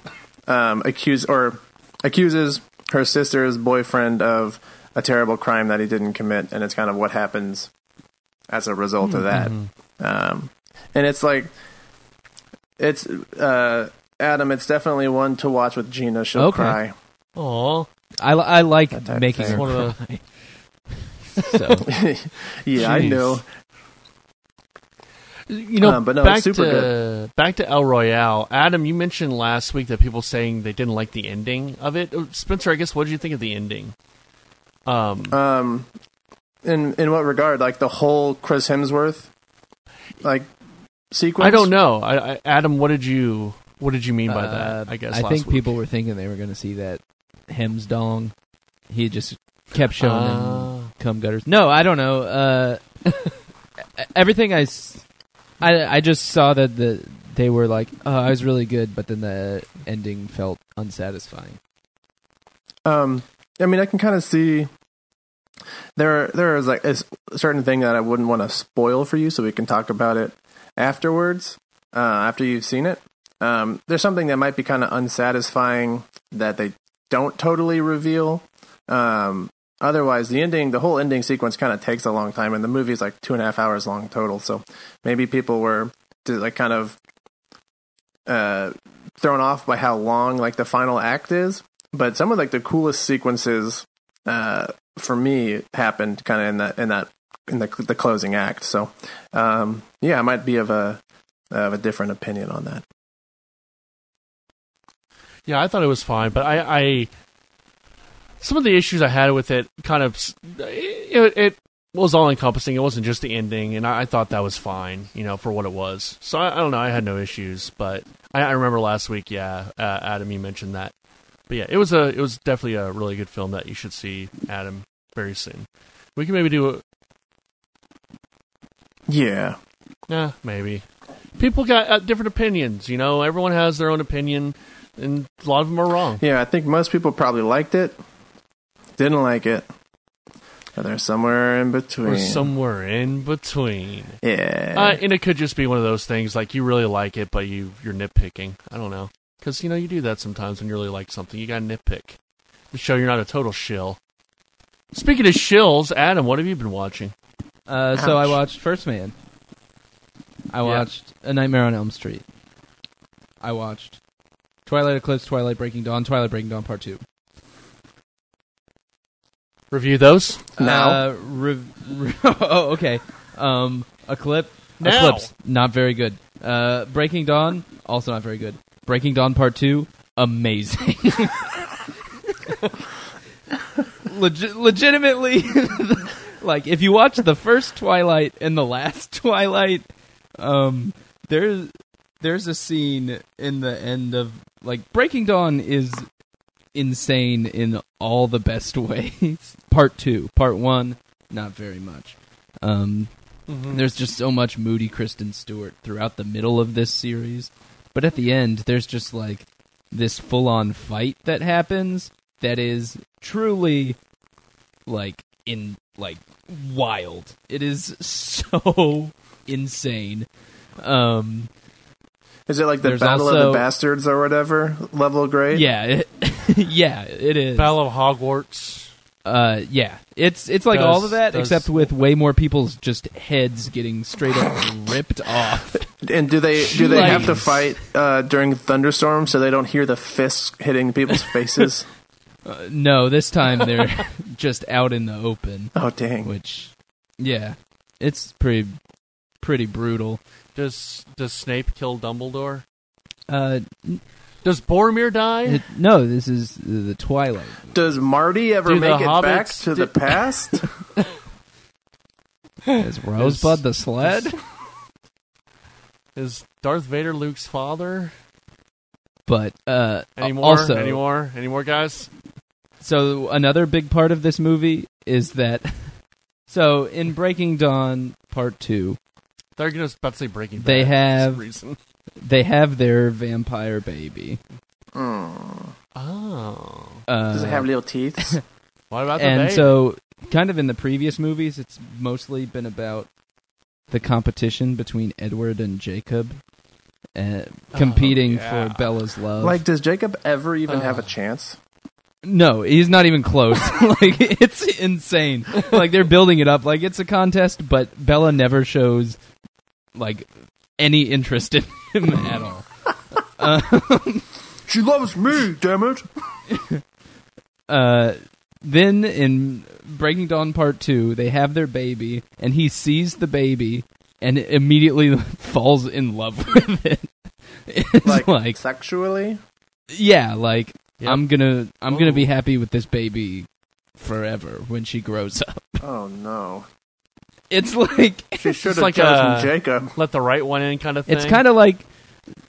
Speaker 4: um, accuse or accuses her sister's boyfriend of a terrible crime that he didn't commit, and it's kind of what happens as a result
Speaker 2: Hmm.
Speaker 4: of that.
Speaker 2: Mm-hmm.
Speaker 4: Um, and it's like it's uh, Adam. It's definitely one to watch with Gina. She'll
Speaker 3: Okay.
Speaker 4: cry.
Speaker 2: Oh,
Speaker 3: I, li- I
Speaker 4: That
Speaker 3: like
Speaker 4: type of
Speaker 3: making
Speaker 4: thing.
Speaker 3: her
Speaker 2: One of
Speaker 3: cry. so
Speaker 4: yeah, I
Speaker 2: Jeez.
Speaker 4: know.
Speaker 2: You know,
Speaker 4: Um, but no,
Speaker 2: back
Speaker 4: it's super
Speaker 2: to back to El Royale. Adam, you mentioned last week that people saying they didn't like the ending of it. Uh, Spencer, I guess what did you think of the ending? Um,
Speaker 4: Um, in in what regard? Like the whole Chris Hemsworth, like sequence.
Speaker 2: I don't know. I, I, Adam, what did you what did you mean by
Speaker 3: uh,
Speaker 2: that? I guess
Speaker 3: I
Speaker 2: last
Speaker 3: think
Speaker 2: week.
Speaker 3: people were thinking they were going to see that Hems dong. He just kept showing them
Speaker 2: Uh,
Speaker 3: cum gutters. No, I don't know. Uh, everything I, s- I- I just saw that the they were like, oh, I was really good, but then the ending felt unsatisfying.
Speaker 4: Um, I mean, I can kind of see there. There is like a s- certain thing that I wouldn't want to spoil for you, so we can talk about it afterwards. Uh, after you've seen it, um, there's something that might be kind of unsatisfying that they don't totally reveal. Um, otherwise, the ending, the whole ending sequence, kind of takes a long time, and the movie's like two and a half hours long total. So maybe people were to, like kind of uh, thrown off by how long like the final act is but some of like the coolest sequences uh, for me happened kind of in that in that in the the closing act. So um, yeah, I might be of a of a different opinion on that.
Speaker 2: Yeah, I thought it was fine, but I, I some of the issues I had with it kind of s- it, it was all encompassing. It wasn't just the ending, and I, I thought that was fine, you know, for what it was. So I, I don't know. I had no issues, but I, I remember last week, yeah, uh, Adam, you mentioned that. But yeah, it was a it was definitely a really good film that you should see, Adam, very soon. We can maybe do a
Speaker 4: Yeah.
Speaker 2: Nah, maybe. People got uh, different opinions, you know. Everyone has their own opinion, and a lot of them are wrong.
Speaker 4: Yeah, I think most people probably liked it, didn't like it. Or they're somewhere in between.
Speaker 2: Or somewhere in between.
Speaker 4: yeah.
Speaker 2: Uh, and it could just be one of those things like you really like it, but you you're nitpicking. I don't know, because you know you do that sometimes when you really like something. You got to nitpick to show you're not a total shill. Speaking of shills, Adam, what have you been watching?
Speaker 3: Uh, so I
Speaker 4: Ouch.
Speaker 3: watched First Man. I watched A Nightmare on Elm Street. I watched Twilight Eclipse, Twilight Breaking Dawn, Twilight Breaking Dawn Part Two.
Speaker 2: Review those.
Speaker 4: Now?
Speaker 3: Uh, rev- re- oh, okay. Um, Eclipse.
Speaker 2: Now.
Speaker 3: Eclipse. Not very good. Uh, Breaking Dawn. Also not very good. Breaking Dawn Part Two. Amazing. Legi- legitimately, like if you watch the first Twilight and the last Twilight, um, there's there's a scene in the end of like Breaking Dawn is insane in all the best ways. part two, part one, not very much. Um, There's just so much moody Kristen Stewart throughout the middle of this series, but at the end, there's just like this full-on fight that happens that is truly like in like wild. It is so insane. Um,
Speaker 4: Is it like the
Speaker 3: there's
Speaker 4: Battle of
Speaker 3: also-
Speaker 4: the Bastards or whatever level grade?
Speaker 3: yeah, it, yeah, it is.
Speaker 2: Battle of Hogwarts.
Speaker 3: Uh, yeah, it's it's like
Speaker 2: Does-
Speaker 3: all of that
Speaker 2: does-
Speaker 3: except with way more people's just heads getting straight up ripped off.
Speaker 4: And do they do they have to
Speaker 3: Jeez.
Speaker 4: fight uh, during thunderstorms so they don't hear the fists hitting people's faces?
Speaker 3: Uh, no, this time they're just out in the open,
Speaker 4: oh dang!
Speaker 3: which yeah, it's pretty pretty brutal.
Speaker 2: Does Does Snape kill Dumbledore?
Speaker 3: Uh,
Speaker 2: Does Boromir die?
Speaker 3: it- no, this is the, the Twilight.
Speaker 4: Does Marty ever
Speaker 2: Do the
Speaker 4: make it back
Speaker 2: hobbits
Speaker 4: to
Speaker 2: do-
Speaker 4: the past?
Speaker 3: Is Rosebud the sled?
Speaker 2: Is Darth Vader Luke's father
Speaker 3: But uh,
Speaker 2: anymore?
Speaker 3: also
Speaker 2: anymore? Anymore, guys?
Speaker 3: so another big part of this movie is that so in Breaking Dawn Part Two,
Speaker 2: They're gonna about to say Breaking Bad.
Speaker 3: They
Speaker 2: for some
Speaker 3: have-
Speaker 2: reason.
Speaker 3: they have their vampire baby.
Speaker 4: Mm.
Speaker 2: Oh,
Speaker 3: Uh,
Speaker 4: Does it have little teeth?
Speaker 2: what about the
Speaker 3: and
Speaker 2: baby?
Speaker 3: so kind of in the previous movies it's mostly been about the competition between edward and jacob uh, competing
Speaker 2: Oh, yeah.
Speaker 3: for bella's love
Speaker 4: like, does Jacob ever even have a
Speaker 2: Ugh.
Speaker 4: chance?
Speaker 3: no he's not even close like it's insane like they're building it up like it's a contest but bella never shows like any interest in him at all
Speaker 4: She loves me, damn it!
Speaker 3: Uh, then in Breaking Dawn Part Two, they have their baby, and he sees the baby and immediately falls in love with it. It's like,
Speaker 4: Like, sexually?
Speaker 3: yeah, like
Speaker 2: Yep.
Speaker 3: I'm gonna, I'm
Speaker 2: Ooh.
Speaker 3: gonna be happy with this baby forever when she grows up.
Speaker 4: Oh no!
Speaker 3: It's like,
Speaker 4: She should have
Speaker 2: like uh,
Speaker 4: chosen
Speaker 2: a-
Speaker 4: Jacob.
Speaker 2: let the right one in, kind of thing.
Speaker 3: it's kind of like,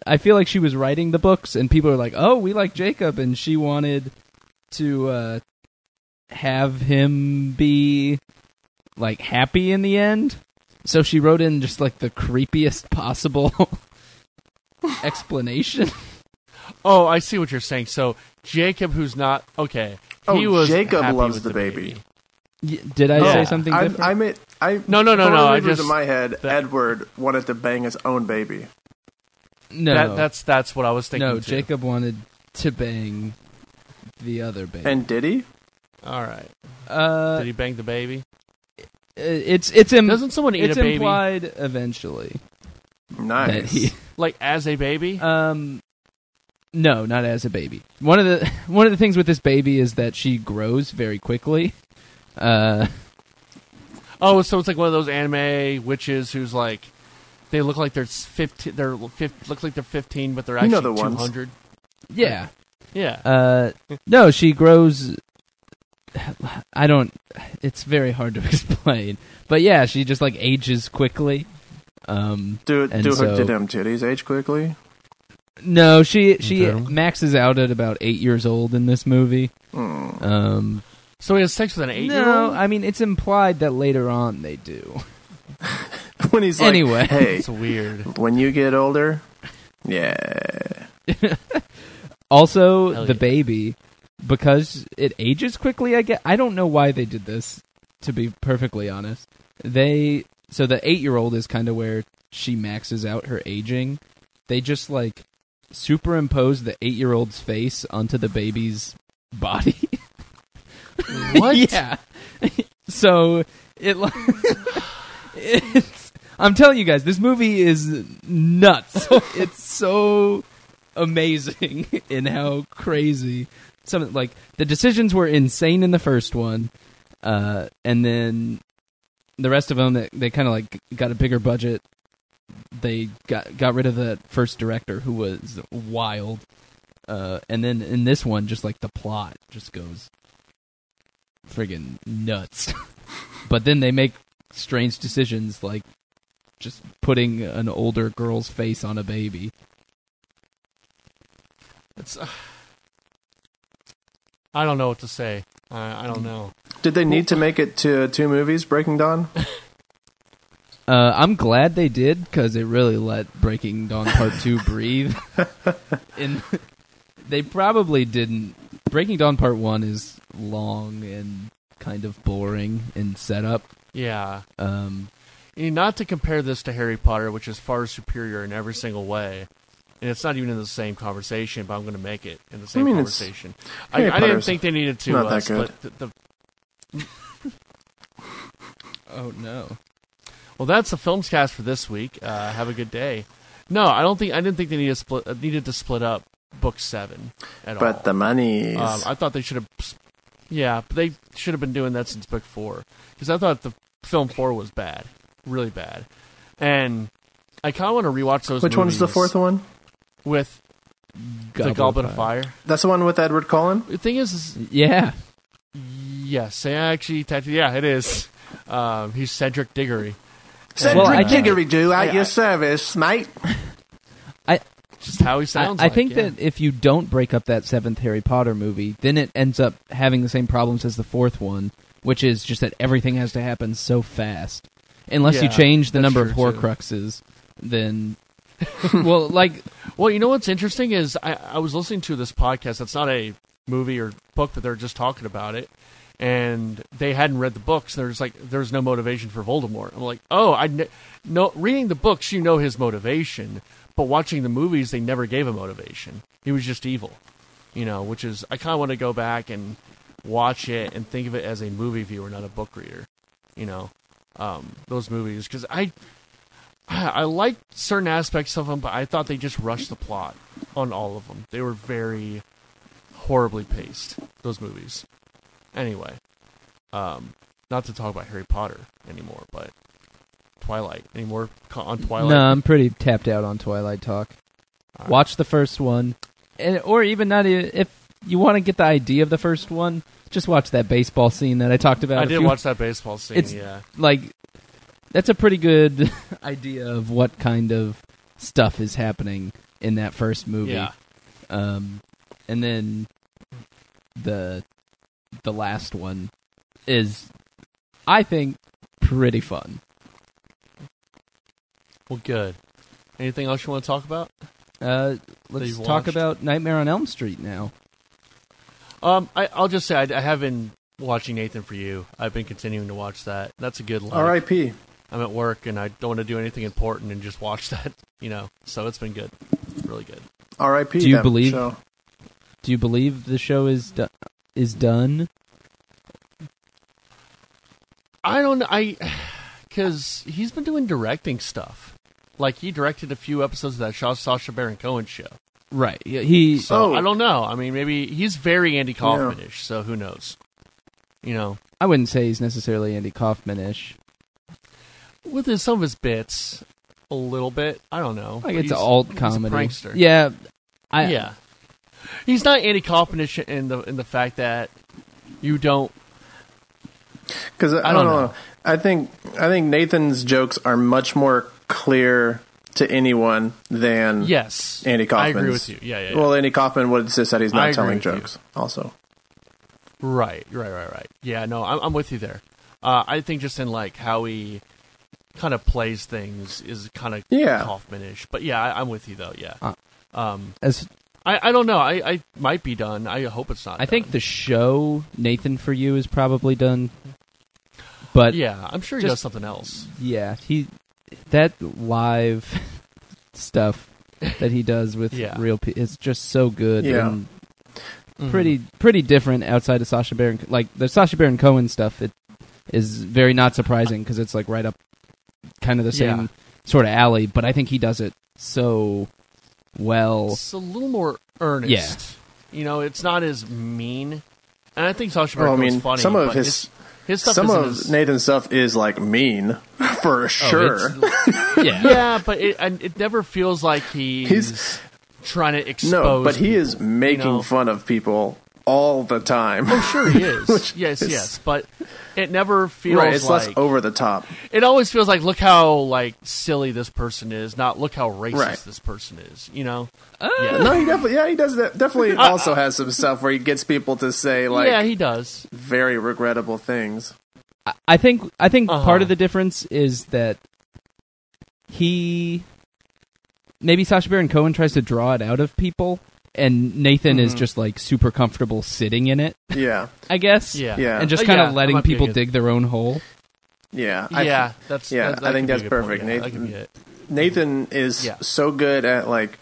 Speaker 3: I feel like she was writing the books, and people are like, "Oh, we like Jacob," and she wanted to uh, have him be like happy in the end. So she wrote in just like the creepiest possible explanation.
Speaker 2: Oh, I see what you're saying. So Jacob, who's not okay,
Speaker 4: Oh,
Speaker 2: he was
Speaker 4: Jacob
Speaker 2: happy
Speaker 4: loves
Speaker 2: with
Speaker 4: the
Speaker 2: the
Speaker 4: baby.
Speaker 3: Y- Did I
Speaker 2: Yeah.
Speaker 3: say something
Speaker 4: I,
Speaker 3: different?
Speaker 4: I meant I.
Speaker 2: No, no, no, no,
Speaker 4: for whatever
Speaker 2: I
Speaker 4: reason
Speaker 2: just-
Speaker 4: in my head,
Speaker 2: that-
Speaker 4: Edward wanted to bang his own baby.
Speaker 3: no,
Speaker 2: That, that's that's what I was thinking.
Speaker 3: no.
Speaker 2: too.
Speaker 3: Jacob wanted to bang the other baby.
Speaker 4: And did he?
Speaker 2: All right,
Speaker 3: uh,
Speaker 2: did he bang the baby?
Speaker 3: it's it's Im-
Speaker 2: Doesn't someone eat
Speaker 3: it's
Speaker 2: a baby
Speaker 3: implied eventually that
Speaker 4: Nice.
Speaker 3: he
Speaker 2: like as a baby?
Speaker 3: Um, no, not as a baby. One of the one of the things with this baby is that she grows very quickly. Uh,
Speaker 2: oh, so it's like one of those anime witches who's like. They look like they're fifteen. They're fif- look like they're fifteen, but they're
Speaker 4: You know
Speaker 2: actually
Speaker 4: the
Speaker 2: two
Speaker 4: ones.
Speaker 2: hundred.
Speaker 3: yeah.
Speaker 2: Yeah,
Speaker 3: Uh, no, she grows I don't. It's very hard to explain. But yeah, she just like ages quickly. Um,
Speaker 4: Do it.
Speaker 3: And
Speaker 4: Do
Speaker 3: so-
Speaker 4: hook to them titties. Age quickly.
Speaker 3: no, she she
Speaker 2: Okay.
Speaker 3: maxes out at about eight years old in this movie.
Speaker 4: Mm.
Speaker 3: Um,
Speaker 2: So he has sex with an eight year
Speaker 3: no,
Speaker 2: old?
Speaker 3: I mean it's implied that later on they do.
Speaker 4: When he's like,
Speaker 3: Anyway.
Speaker 4: hey,
Speaker 2: It's weird.
Speaker 4: when you get older, yeah,
Speaker 3: Also,
Speaker 2: Hell
Speaker 3: the
Speaker 2: yeah.
Speaker 3: baby because it ages quickly. I get. I don't know why they did this. To be perfectly honest, they so the eight year old is kind of where she maxes out her aging. They just like superimpose the eight year old's face onto the baby's body.
Speaker 2: What?
Speaker 3: yeah. so it like it's. I'm telling you guys, this movie is nuts. it's so amazing in how crazy some like the decisions were insane in the first one, uh, and then the rest of them that they kind of like got a bigger budget. They got got rid of the first director who was wild, uh, and then in this one, just like the plot just goes friggin' nuts. but then they make strange decisions like just putting an older girl's face on a baby.
Speaker 2: It's, uh, I don't know what to say. I, I don't know.
Speaker 4: Did they need to make it to two movies? Breaking Dawn.
Speaker 3: Uh, I'm glad they did because it really let Breaking Dawn Part Two breathe. In they probably didn't. Breaking Dawn Part One is long and kind of boring in setup.
Speaker 2: Yeah.
Speaker 3: Um,
Speaker 2: And not to compare this to Harry Potter, which is far superior in every single way. And it's not even in the same conversation, but I'm going to make it in the same
Speaker 4: mean, it's-
Speaker 2: conversation.
Speaker 4: Harry
Speaker 2: I, I didn't
Speaker 4: Potter's
Speaker 2: think they needed to
Speaker 4: not
Speaker 2: uh,
Speaker 4: that good.
Speaker 2: split the, the
Speaker 3: oh no!
Speaker 2: Well, that's the film's cast for this week. Uh, have a good day. No, I don't think I didn't think they needed to split uh, needed to split up book seven at all.
Speaker 4: But the money's.
Speaker 2: um, I thought they should have. Yeah, but they should have been doing that since book four because I thought the film four was bad, really bad, and I kind of want to rewatch those.
Speaker 4: Which one's the
Speaker 2: movies
Speaker 4: fourth one?
Speaker 2: With the Goblet of Fire.
Speaker 4: That's the one with Edward Cullen.
Speaker 2: The thing is, is
Speaker 3: Yeah,
Speaker 2: yes, they actually, technically, yeah, it is. Um, he's Cedric Diggory.
Speaker 4: Cedric
Speaker 3: I-
Speaker 4: Diggory, do at
Speaker 2: I- I-
Speaker 4: your service, mate.
Speaker 2: Just how he sounds.
Speaker 3: I, I
Speaker 2: like,
Speaker 3: think
Speaker 2: yeah.
Speaker 3: that if you don't break up that seventh Harry Potter movie, then it ends up having the same problems as the fourth one, which is just that everything has to happen so fast. Unless you
Speaker 2: Yeah,
Speaker 3: change the
Speaker 2: that's
Speaker 3: number of
Speaker 2: true, too.
Speaker 3: Horcruxes, then well, like
Speaker 2: Well, you know what's interesting is I, I was listening to this podcast. That's not a movie or book, but they're just talking about it. And they hadn't read the books. They're just like, there's no motivation for Voldemort. I'm like, oh, I kn- no. Reading the books, you know his motivation, but watching the movies, they never gave a motivation. He was just evil, you know. Which is, I kind of want to go back and watch it and think of it as a movie viewer, not a book reader. You know, um, those movies because I I liked certain aspects of them, but I thought they just rushed the plot on all of them. They were very horribly paced. Those movies. Anyway, um, not to talk about Harry Potter anymore, but Twilight. Any more co- on Twilight? Uh,
Speaker 3: no, I'm pretty tapped out on Twilight talk.
Speaker 2: All
Speaker 3: Watch the first one, and, or even not e- if you want to get the idea of the first one, just watch that baseball scene that I talked about.
Speaker 2: I
Speaker 3: a
Speaker 2: did
Speaker 3: few-
Speaker 2: watch that baseball scene.
Speaker 3: It's-
Speaker 2: yeah,
Speaker 3: like that's a pretty good idea of what kind of stuff is happening in that first movie.
Speaker 2: yeah.
Speaker 3: Um, and then the the last one is, I think, pretty fun.
Speaker 2: Well, good. Anything else you want to talk about?
Speaker 3: Uh,
Speaker 2: you've
Speaker 3: let's talk
Speaker 2: watched?
Speaker 3: about Nightmare on Elm Street now.
Speaker 2: Um, I, I'll just say I, I have been watching Nathan for You. I've been continuing to watch that. That's a good. Like,
Speaker 4: R.I.P.
Speaker 2: I'm at work and I don't want to do anything important and just watch that, you know. So it's been good, really good.
Speaker 4: R.I.P.
Speaker 3: Do you
Speaker 4: that
Speaker 3: believe-
Speaker 4: show.
Speaker 3: Do you believe the show is do- is done?
Speaker 2: I don't, I, because he's been doing directing stuff. Like he directed a few episodes of that Sha- Sasha Baron Cohen show.
Speaker 3: Right. yeah, He
Speaker 2: So
Speaker 4: Oh.
Speaker 2: I don't know. I mean, maybe he's very Andy Kaufman-ish. So who knows? You know,
Speaker 3: I wouldn't say he's necessarily Andy Kaufman ish.
Speaker 2: with his, some of his bits, a little bit. I don't know.
Speaker 3: Like
Speaker 2: But
Speaker 3: it's
Speaker 2: he's-
Speaker 3: alt
Speaker 2: he's a
Speaker 3: comedy.
Speaker 2: prankster.
Speaker 3: Yeah. I
Speaker 2: yeah, he's not anti-Kaufman in the in the fact that you don't
Speaker 4: Because I, I don't, know. I think I think Nathan's jokes are much more clear to anyone than
Speaker 2: Yes,
Speaker 4: Andy
Speaker 2: I
Speaker 4: Kaufman's.
Speaker 2: agree with you. Yeah, yeah, yeah.
Speaker 4: Well, Andy Kaufman would insist that he's
Speaker 2: I
Speaker 4: not
Speaker 2: agree
Speaker 4: telling
Speaker 2: with you.
Speaker 4: jokes. Also,
Speaker 2: Right, right, right, right. Yeah, no, I'm, I'm with you there. Uh, I think just in like how he kind of plays things is kind of
Speaker 4: Yeah.
Speaker 2: Kaufman-ish. But yeah, I, I'm with you though. Yeah.
Speaker 3: Uh,
Speaker 2: um,
Speaker 3: As
Speaker 2: I, I don't know. I, I might be done. I hope it's not.
Speaker 3: I think
Speaker 2: done.
Speaker 3: the show Nathan for you is probably done, but
Speaker 2: yeah, I'm sure he
Speaker 3: just-
Speaker 2: does something else.
Speaker 3: yeah, he that live stuff that he does with
Speaker 2: Yeah. Mm-hmm.
Speaker 3: real people is just so good
Speaker 4: Yeah.
Speaker 3: and pretty pretty different outside of Sasha Baron. Like the Sasha Baron Cohen stuff, it is very not surprising because it's like right up kind of the same
Speaker 2: Yeah.
Speaker 3: sort of alley. But I think he does it so well.
Speaker 2: It's a little more earnest. You know, it's not as mean. And I think Sasha
Speaker 4: well,
Speaker 2: Baron
Speaker 4: I
Speaker 2: Cohen's
Speaker 4: mean,
Speaker 2: funny.
Speaker 4: some of
Speaker 2: but
Speaker 4: his
Speaker 2: his stuff
Speaker 4: some
Speaker 2: isn't
Speaker 4: of
Speaker 2: as- Oh,
Speaker 4: Nathan's stuff is like mean for sure.
Speaker 3: It's- yeah.
Speaker 2: yeah, but it, and it never feels like he's,
Speaker 4: He's-
Speaker 2: trying to expose.
Speaker 4: No, but he is
Speaker 2: people,
Speaker 4: making
Speaker 2: you know? Oh,
Speaker 4: fun of people all the time.
Speaker 2: Sure, he is. yes,
Speaker 4: is-
Speaker 2: yes, but it never feels
Speaker 4: right, it's
Speaker 2: like
Speaker 4: less over the top.
Speaker 2: it always feels like look how like silly this person is, not look how racist
Speaker 4: Right.
Speaker 2: this person is. You know, yeah.
Speaker 4: No, he definitely, yeah, he does that. Definitely, also has some stuff where he gets people to say like
Speaker 2: yeah, he does.
Speaker 4: very regrettable things.
Speaker 3: I- I think I think
Speaker 2: Uh-huh.
Speaker 3: part of the difference is that he maybe Sasha Baron Cohen tries to draw it out of people, and Nathan
Speaker 2: Mm-hmm.
Speaker 3: is just like super comfortable sitting in it.
Speaker 4: Yeah,
Speaker 3: I guess.
Speaker 2: Yeah,
Speaker 4: Yeah.
Speaker 3: And just
Speaker 2: Uh,
Speaker 3: kind
Speaker 2: yeah,
Speaker 3: of
Speaker 2: I
Speaker 3: letting
Speaker 2: might be
Speaker 3: people
Speaker 2: good-
Speaker 3: dig their own hole.
Speaker 4: yeah, I-
Speaker 2: Yeah, that's
Speaker 4: yeah,
Speaker 2: That, that
Speaker 4: I think
Speaker 2: could be a
Speaker 4: that's
Speaker 2: good point,
Speaker 4: perfect,
Speaker 2: yeah, that
Speaker 4: Nathan.
Speaker 2: could be it.
Speaker 4: Nathan is
Speaker 2: Yeah.
Speaker 4: so good at like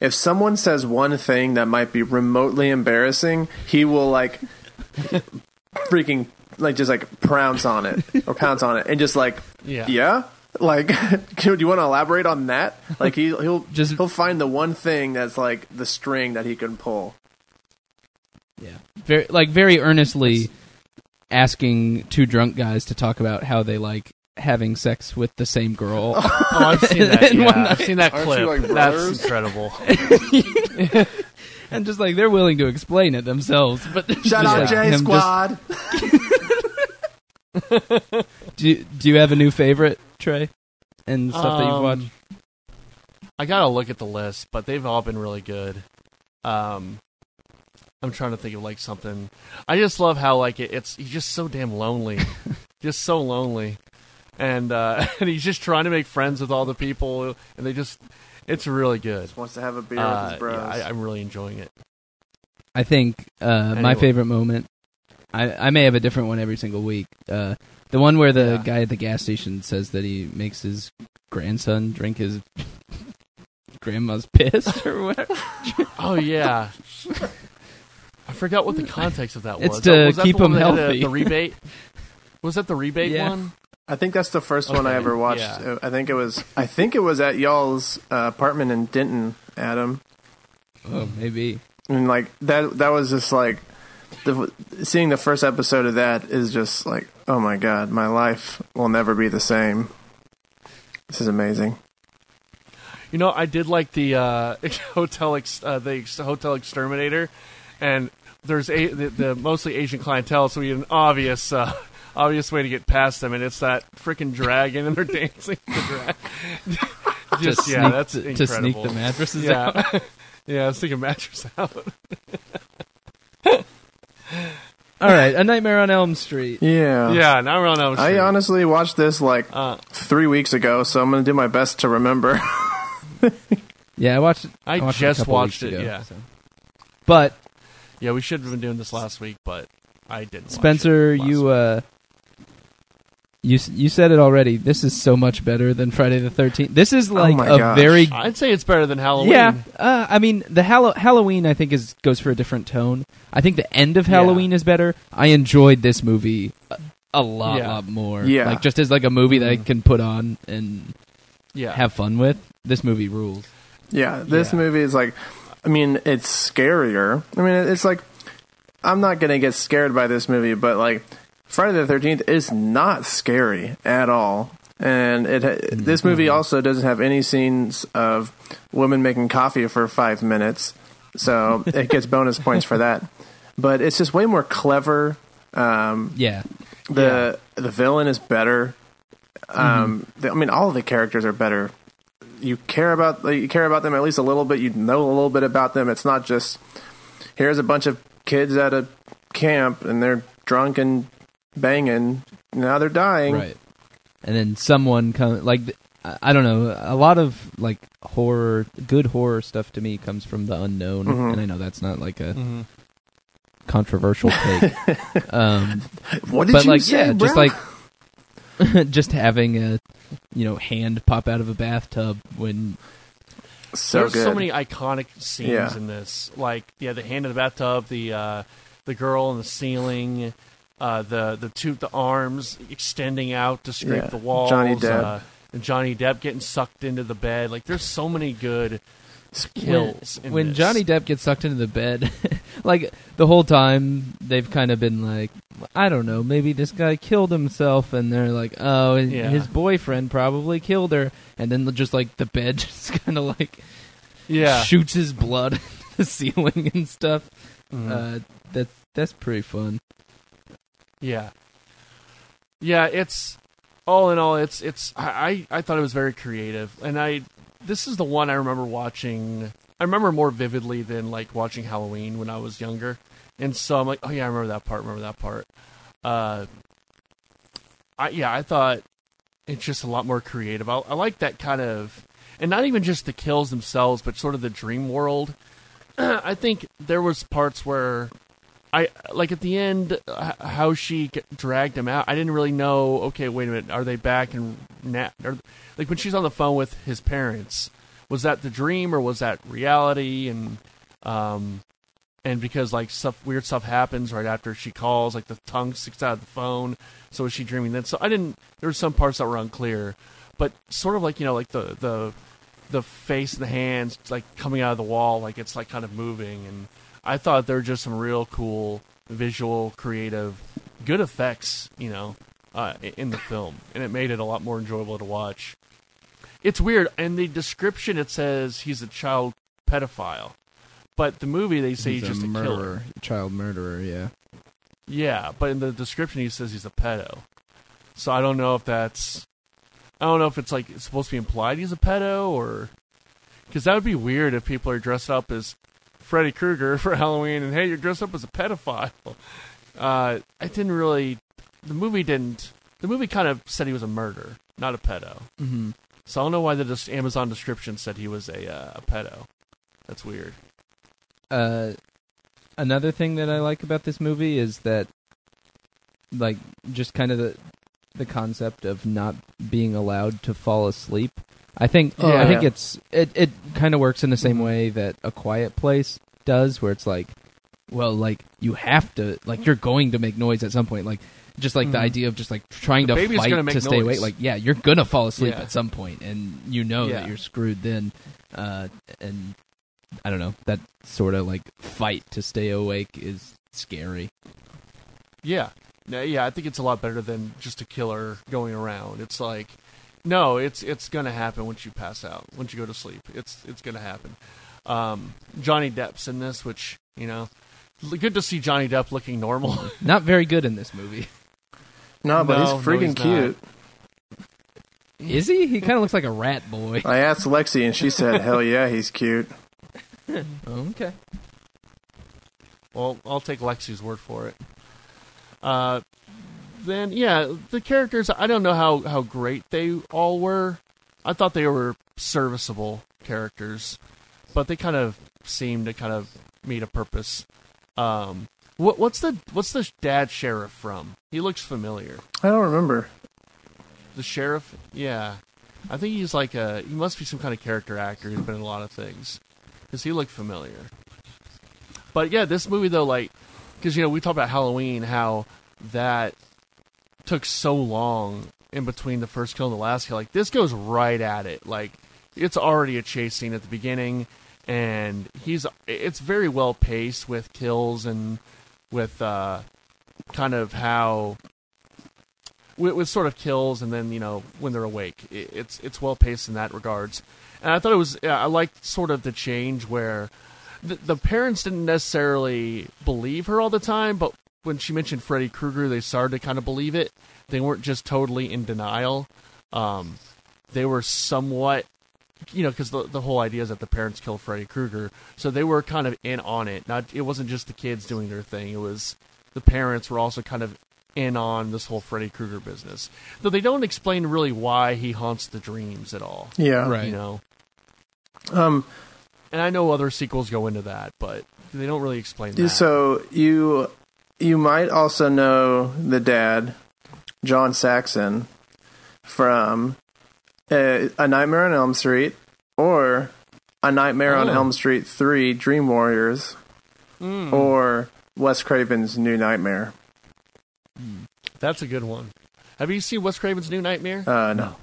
Speaker 4: if someone says one thing that might be remotely embarrassing, he will like freaking like just like prounce on it or pounce on it and just like
Speaker 2: Yeah.
Speaker 4: yeah like do you want to elaborate on that like he, he'll
Speaker 3: Just-
Speaker 4: just he'll find the one thing that's like the string that he can pull
Speaker 3: Very like very earnestly asking two drunk guys to talk about how they like having sex with the same girl.
Speaker 2: Oh, I've seen that.
Speaker 3: In
Speaker 2: yeah.
Speaker 3: one
Speaker 2: I've seen that
Speaker 4: Aren't you
Speaker 2: clip.
Speaker 4: like
Speaker 2: that's
Speaker 4: brothers?
Speaker 2: incredible.
Speaker 3: and just like they're willing to explain it themselves. But
Speaker 4: shout out
Speaker 3: like him
Speaker 4: j
Speaker 3: just-
Speaker 4: squad
Speaker 3: Do you, do you have a new favorite, Trey? And stuff that you've
Speaker 2: Um,
Speaker 3: watched?
Speaker 2: I gotta look at the list, but they've all been really good. Um, I'm trying to think of like something. I just love how like it, it's he's just so damn lonely, just so lonely, and uh, and he's just trying to make friends with all the people, and they just it's really good.
Speaker 4: wants to have a beer with
Speaker 2: Uh,
Speaker 4: his bros
Speaker 2: yeah, I, I'm really enjoying it.
Speaker 3: I think uh, my
Speaker 2: Anyway.
Speaker 3: favorite moment. I, I may have a different one every single week. Uh, the one where the
Speaker 2: Yeah.
Speaker 3: guy at the gas station says that he makes his grandson drink his grandma's piss or whatever.
Speaker 2: Oh yeah. I forgot what the context of that was.
Speaker 3: It's to
Speaker 2: was that
Speaker 3: keep
Speaker 2: the one
Speaker 3: him
Speaker 2: that had, uh,
Speaker 3: healthy.
Speaker 2: The rebate was that the rebate
Speaker 3: Yeah.
Speaker 2: one?
Speaker 4: I think that's the first one I
Speaker 2: Okay,
Speaker 4: ever watched. Uh,
Speaker 2: yeah.
Speaker 4: I think it was. I think it was at y'all's uh, apartment in Denton, Adam,
Speaker 3: oh, maybe.
Speaker 4: and like that. That was just like the, seeing the first episode of that is just like, oh my god, my life will never be the same. This is amazing.
Speaker 2: You know, I did like the uh, hotel ex- uh, the ex- hotel exterminator, and there's a- the, the mostly Asian clientele, so we had an obvious uh, obvious way to get past them, and it's that freaking dragon, and they're dancing to the dragon. Just yeah,
Speaker 3: sneak-
Speaker 2: that's
Speaker 3: to,
Speaker 2: incredible.
Speaker 3: to sneak the mattresses out.
Speaker 2: yeah, yeah, let's take a mattress out.
Speaker 3: All right, A Nightmare on Elm Street.
Speaker 4: Yeah.
Speaker 2: yeah, now we're on Elm
Speaker 4: Oh. I
Speaker 2: Street.
Speaker 4: honestly watched this like
Speaker 2: Uh,
Speaker 4: three weeks ago, so I'm gonna do my best to remember.
Speaker 3: Yeah, I watched. it-
Speaker 2: I
Speaker 3: watched it a
Speaker 2: just
Speaker 3: couple weeks
Speaker 2: watched it,
Speaker 3: ago,
Speaker 2: yeah.
Speaker 3: so. But
Speaker 2: yeah, we should have been doing this last week, but I didn't. watch it
Speaker 3: Spencer,
Speaker 2: last
Speaker 3: you
Speaker 2: week.
Speaker 3: uh, you s- you said it already. This is so much better than Friday the Thirteenth. This is like
Speaker 4: Oh my
Speaker 3: a
Speaker 4: gosh.
Speaker 3: very
Speaker 2: I'd say it's better than Halloween.
Speaker 3: uh, yeah. Uh, I mean, the Hallow- Halloween I think is goes for a different tone. I think the end of
Speaker 2: Yeah.
Speaker 3: Halloween is better. I enjoyed this movie a, a lot,
Speaker 2: Yeah. Mm.
Speaker 3: lot more.
Speaker 4: Yeah.
Speaker 3: like just as like a movie that I can put on and
Speaker 2: yeah.
Speaker 3: have fun with. This movie rules.
Speaker 4: Yeah, this
Speaker 2: Yeah.
Speaker 4: movie is like, I mean, it's scarier. I mean, it's like, I'm not gonna get scared by this movie, but like, Friday the Thirteenth is not scary at all, and it this movie also doesn't have any scenes of women making coffee for five minutes, so it gets bonus points for that. But it's just way more clever. Um,
Speaker 3: Yeah, Mm-hmm.
Speaker 4: the the villain is better. Um, the- I mean, all of the characters are better. You care about like, you care about them at least a little bit. You know a little bit about them. It's not just here's a bunch of kids at a camp and they're drunk and banging. Now they're dying.
Speaker 3: Right. And then someone come like th- I I don't know. A lot of like horror, good horror stuff to me comes from the unknown,
Speaker 4: Mhm.
Speaker 2: Mm-hmm.
Speaker 3: and I know that's not like a controversial take. um,
Speaker 4: What did
Speaker 3: but
Speaker 4: you
Speaker 3: like,
Speaker 4: say,
Speaker 3: yeah, just
Speaker 4: Brown?
Speaker 3: like just having a you know hand pop out of a bathtub when
Speaker 4: so
Speaker 2: There's
Speaker 4: good.
Speaker 2: so many iconic scenes
Speaker 4: Yeah.
Speaker 2: in this. Like yeah, the hand in the bathtub, the uh, the girl in the ceiling, uh, the the two the arms extending out to scrape
Speaker 4: Yeah.
Speaker 2: the walls.
Speaker 4: Johnny Depp.
Speaker 2: Uh, and Johnny Depp getting sucked into the bed. Like there's so many good kills. in
Speaker 3: when
Speaker 2: this.
Speaker 3: Johnny Depp gets sucked into the bed, like the whole time they've kind of been like, I don't know, maybe this guy killed himself, and they're like, oh, and
Speaker 2: Yeah.
Speaker 3: his boyfriend probably killed her, and then just like the bed just kind of like
Speaker 2: yeah,
Speaker 3: shoots his blood into the ceiling and stuff.
Speaker 2: Mhm.
Speaker 3: Uh, that's that's pretty fun.
Speaker 2: Yeah. Yeah, it's all in all, it's it's I, I I thought it was very creative. And I this is the one I remember watching I remember more vividly than like watching Halloween when I was younger. And so I'm like, Oh yeah, I remember that part, remember that part. Uh I yeah, I thought it's just a lot more creative. I, I like that kind of and not even just the kills themselves, but sort of the dream world. I think there was parts where I like at the end h- how she g- dragged him out. I didn't really know. Okay, wait a minute. Are they back and na- are, like when she's on the phone with his parents? Was that the dream or was that reality? And um, and because like stuff weird stuff happens right after she calls, like the tongue sticks out of the phone. So is she dreaming then? So I didn't. There were some parts that were unclear, but sort of like you know like the the the face and the hands like coming out of the wall, like it's like kind of moving and. I thought there were just some real cool visual, creative, good effects, you know, uh, i- in the film, and it made it a lot more enjoyable to watch. It's weird. In the description, it says he's a child pedophile, but the movie they say he's, just a, killer.
Speaker 3: child murderer. Yeah,
Speaker 2: Yeah, but in the description, he says he's a pedo. So I don't know if that's, I don't know if it's like it's supposed to be implied he's a pedo or, because that would be weird if people are dressed up as Freddy Krueger for Halloween and hey, you're dressed up as a pedophile. Uh, I didn't really, the movie didn't. The movie kind of said he was a murderer, not a pedo.
Speaker 3: mm-hmm.
Speaker 2: So I don't know why the des- Amazon description said he was a uh, a pedo. That's weird.
Speaker 3: uh, another thing that I like about this movie is that, like, just kind of the the concept of not being allowed to fall asleep. I think
Speaker 2: Oh, Yeah.
Speaker 3: I think it's it it kind of works in the same way that a quiet place does, where it's like, well, like you have to like you're going to make noise at some point, like. Just like the
Speaker 2: Mhm.
Speaker 3: idea of just like trying
Speaker 2: The
Speaker 3: to
Speaker 2: baby's
Speaker 3: fight
Speaker 2: gonna make
Speaker 3: to stay
Speaker 2: noise.
Speaker 3: awake, like yeah, you're gonna fall asleep
Speaker 2: Yeah.
Speaker 3: at some point, and you know
Speaker 2: Yeah.
Speaker 3: that you're screwed then. Uh, and I don't know, that sort of like fight to stay awake is scary.
Speaker 2: Yeah. No, yeah, I think it's a lot better than just a killer going around. It's like no, it's it's going to happen once you pass out, once you go to sleep. It's it's going to happen. Um, Johnny Depp's in this, which, you know, l- good to see Johnny Depp looking normal.
Speaker 3: Not very good in this movie.
Speaker 4: no, but
Speaker 2: No, no,
Speaker 4: he's
Speaker 2: he's
Speaker 4: freaking
Speaker 2: not.
Speaker 4: cute.
Speaker 3: Is he? He kind of looks like a rat boy.
Speaker 4: I asked Lexi and she said, "Hell yeah, he's cute."
Speaker 3: Okay.
Speaker 2: Well, I'll take Lexi's word for it. Uh, then, yeah, the characters, I don't know how, how great they all were. I thought they were serviceable characters, but they kind of seemed to kind of meet a purpose. Um, what, what's the what's the dad sheriff from? He looks familiar.
Speaker 4: I don't remember.
Speaker 2: The sheriff, yeah, I think he's like a he must be some kind of character actor who's been in a lot of things because he looked familiar. But yeah, this movie though, like, because you know we talked about Halloween, how that took so long in between the first kill and the last kill. Like this goes right at it. Like it's already a chase scene at the beginning, and he's it's very well paced with kills and with uh, kind of how with, with sort of kills and then you know when they're awake. It, it's it's well paced in that regards. And I thought it was yeah, I liked sort of the change where the, the parents didn't necessarily believe her all the time, but when she mentioned Freddy Krueger, they started to kind of believe it. They weren't just totally in denial. Um, they were somewhat, you know, because the, the whole idea is that the parents killed Freddy Krueger, so they were kind of in on it. Not it wasn't just the kids doing their thing; it was the parents were also kind of in on this whole Freddy Krueger business. Though they don't explain really why he haunts the dreams at all.
Speaker 4: Yeah.
Speaker 1: Right.
Speaker 2: You know,
Speaker 4: Um,
Speaker 2: and I know other sequels go into that, but they don't really explain that.
Speaker 4: So you you might also know the dad, John Saxon, from uh, A Nightmare on Elm Street or A Nightmare on
Speaker 2: Oh.
Speaker 4: Elm Street Three: Dream Warriors
Speaker 2: Hmm.
Speaker 4: or Wes Craven's New Nightmare.
Speaker 2: That's a good one. Have you seen Wes Craven's New Nightmare?
Speaker 4: Uh, no,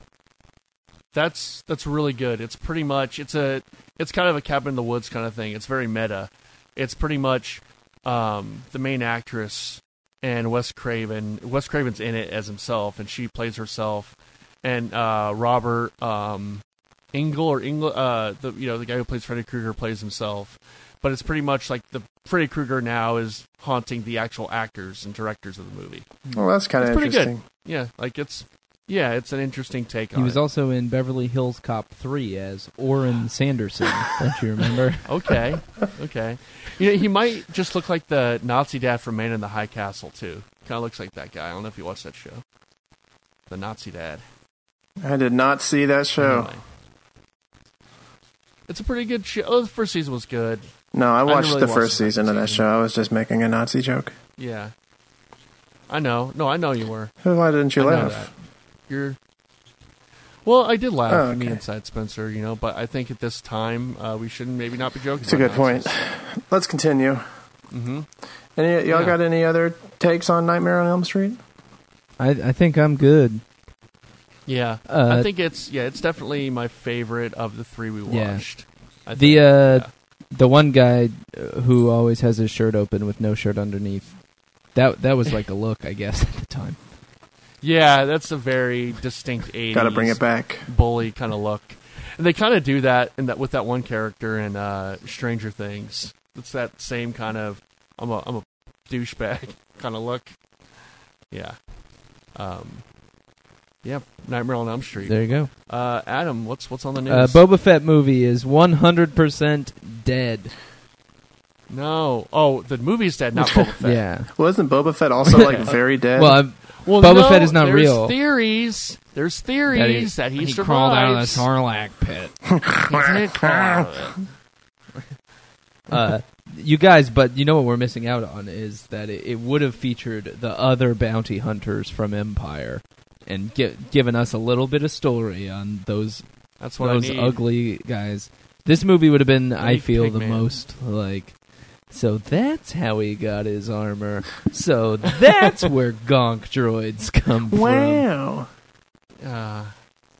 Speaker 2: That's that's really good. It's pretty much it's a it's kind of a cabin in the woods kind of thing. It's very meta. It's pretty much um, the main actress and Wes Craven. Wes Craven's in it as himself, and she plays herself. And uh, Robert um, Engel or Engel, uh, the you know the guy who plays Freddy Krueger plays himself. But it's pretty much like the Freddy Krueger now is haunting the actual actors and directors of the movie.
Speaker 4: well that's kind
Speaker 2: It's
Speaker 4: of
Speaker 2: pretty good.
Speaker 4: interesting.
Speaker 2: Yeah, like it's yeah, it's an interesting take on
Speaker 3: He was
Speaker 2: it.
Speaker 3: also in Beverly Hills Cop 3 as Oren Sanderson. don't you remember?
Speaker 2: okay, okay. You know, he might just look like the Nazi dad from Man in the High Castle too. Kind of looks like that guy. I don't know if you watched that show, the Nazi dad.
Speaker 4: I did not see that show.
Speaker 2: Anyway. It's a pretty good show. Oh, the first season was good.
Speaker 4: No, I
Speaker 2: didn't
Speaker 4: watched
Speaker 2: really
Speaker 4: the
Speaker 2: watch
Speaker 4: first
Speaker 2: the second
Speaker 4: season of that
Speaker 2: season.
Speaker 4: show. I was just making a Nazi joke.
Speaker 2: Yeah, I know. No, I know you were.
Speaker 4: Why didn't you
Speaker 2: I know that.
Speaker 4: laugh?
Speaker 2: You're. Well, I did laugh.
Speaker 4: Oh,
Speaker 2: Me
Speaker 4: okay.
Speaker 2: inside Spencer, you know, but I think at this time uh, we shouldn't maybe not be joking.
Speaker 4: It's a good point. Let's continue.
Speaker 2: Mm-hmm.
Speaker 4: Any y'all
Speaker 2: Yeah.
Speaker 4: got any other takes on Nightmare on Elm Street?
Speaker 3: I, I think I'm good.
Speaker 2: Yeah,
Speaker 3: Uh,
Speaker 2: I think it's yeah, it's definitely my favorite of the three we
Speaker 3: Yeah.
Speaker 2: watched. I think,
Speaker 3: The uh,
Speaker 2: yeah.
Speaker 3: the one guy uh, who always has his shirt open with no shirt underneath. That that was like a look, I guess, at the time.
Speaker 2: yeah, that's a very distinct '80s
Speaker 4: Got to bring it back.
Speaker 2: bully kind of look, and they kind of do that in that with that one character in uh, Stranger Things. It's that same kind of I'm a I'm a douchebag kind of look. Yeah, um, yeah, Nightmare on Elm Street.
Speaker 3: There you go.
Speaker 2: Uh, Adam, what's what's on the news?
Speaker 3: Uh, Boba Fett movie is 100% dead.
Speaker 2: no, oh, the movie's dead, not Boba Fett.
Speaker 3: Yeah.
Speaker 4: Wasn't Boba Fett also like very dead?
Speaker 3: Well, I'm,
Speaker 2: Well,
Speaker 3: Boba
Speaker 2: no,
Speaker 3: Fett is not
Speaker 2: there's
Speaker 3: real.
Speaker 2: Theories. There's theories that he,
Speaker 3: he
Speaker 2: survives.
Speaker 3: crawled out of the tarlac pit.
Speaker 2: He did crawl out of it.
Speaker 3: uh, you guys, but you know what we're missing out on is that it, it would have featured the other bounty hunters from Empire and gi- given us a little bit of story on those
Speaker 2: That's what
Speaker 3: those
Speaker 2: I need.
Speaker 3: ugly guys. This movie would have been, I
Speaker 2: need
Speaker 3: feel, the
Speaker 2: Pigman.
Speaker 3: most like. So that's how he got his armor. So that's where Gonk droids come from.
Speaker 4: wow.
Speaker 2: Uh,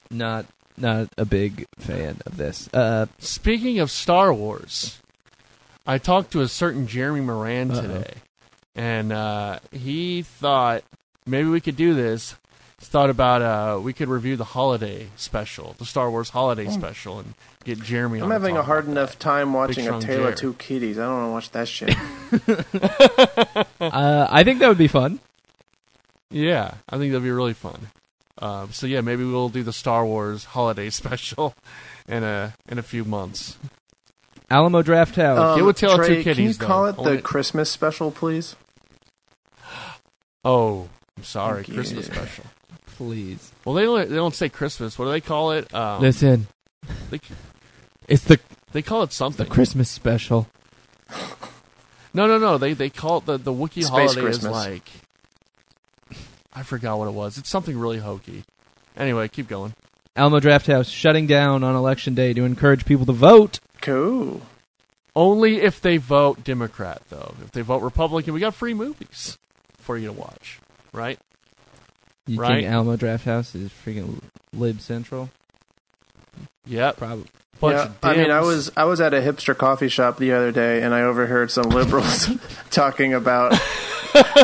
Speaker 3: Not not a big fan of this. Uh,
Speaker 2: speaking of Star Wars, I talked to a certain Jeremy Moran
Speaker 3: Uh-oh.
Speaker 2: today, and uh, he thought maybe we could do this. He's Thought about uh, we could review the holiday special, the Star Wars holiday
Speaker 3: Oh.
Speaker 2: special, and get Jeremy.
Speaker 4: I'm
Speaker 2: on to
Speaker 4: having
Speaker 2: talk
Speaker 4: a hard
Speaker 2: about
Speaker 4: enough time watching A
Speaker 2: strong
Speaker 4: Tale
Speaker 2: Jerry.
Speaker 4: of Two Kitties. I don't want to watch that shit.
Speaker 2: Oh.
Speaker 3: uh, I think that would be fun.
Speaker 2: that. Yeah, I think that'd be really fun. Um, so yeah, maybe we'll do the Star Wars holiday special in a in a few months.
Speaker 3: Alamo Draft House.
Speaker 4: Um,
Speaker 2: Get with Oh, Tale of Two
Speaker 4: Trey, Can you
Speaker 2: Kitties, though.
Speaker 4: call
Speaker 2: I
Speaker 4: it the
Speaker 2: want it-
Speaker 4: Christmas special, please?
Speaker 2: Oh, I'm sorry,
Speaker 4: Thank
Speaker 2: Christmas
Speaker 4: you.
Speaker 2: special.
Speaker 3: please
Speaker 2: Well, they don't, they don't say Christmas. What do they call it? Um,
Speaker 3: listen.
Speaker 2: They,
Speaker 3: It's the
Speaker 2: they call it something.
Speaker 3: the Christmas special.
Speaker 2: no, no, no. They they call it the the Wookiee
Speaker 4: Space
Speaker 2: holiday
Speaker 4: Christmas.
Speaker 2: is like. I forgot what it was. It's something really hokey. Anyway, keep going.
Speaker 3: Alamo Draft House shutting down on election day to encourage people to vote.
Speaker 4: Cool.
Speaker 2: Only if they vote Democrat, though. If they vote Republican, we got free movies for you to watch, right?
Speaker 3: You
Speaker 2: Right.
Speaker 3: think Alamo Draft House is freaking lib central?
Speaker 2: Yep.
Speaker 3: Probably.
Speaker 2: Bunch
Speaker 4: Yeah,
Speaker 2: of
Speaker 4: I mean, I
Speaker 2: dibs.
Speaker 4: was I was at a hipster coffee shop the other day, and I overheard some liberals talking about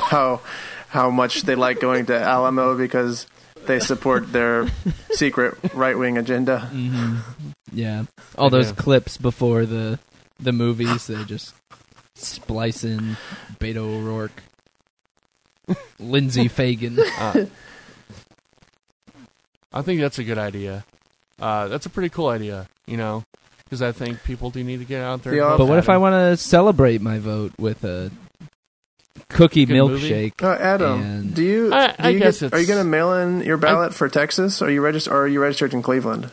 Speaker 4: how how much they like going to Alamo because they support their secret right wing agenda.
Speaker 3: Mm-hmm. Yeah. All those
Speaker 2: Yeah.
Speaker 3: clips before the the movies, they just splice in Beto O'Rourke. Lindsay Fagan.
Speaker 2: I think that's a good idea. Uh, that's a pretty cool idea, you know, because I think people do need to get out there. and
Speaker 4: The
Speaker 2: vote
Speaker 4: op-
Speaker 3: but what
Speaker 2: for
Speaker 3: if I
Speaker 2: them.
Speaker 3: want to celebrate my vote with a cookie
Speaker 2: Good movie.
Speaker 3: milkshake?
Speaker 4: Uh, Adam,
Speaker 3: And-
Speaker 4: do you?
Speaker 2: I-
Speaker 4: do
Speaker 2: I
Speaker 4: you
Speaker 2: guess
Speaker 4: get-
Speaker 2: it's-
Speaker 4: Are you going to mail in your ballot for Texas? Are you registered? Are you registered in Cleveland?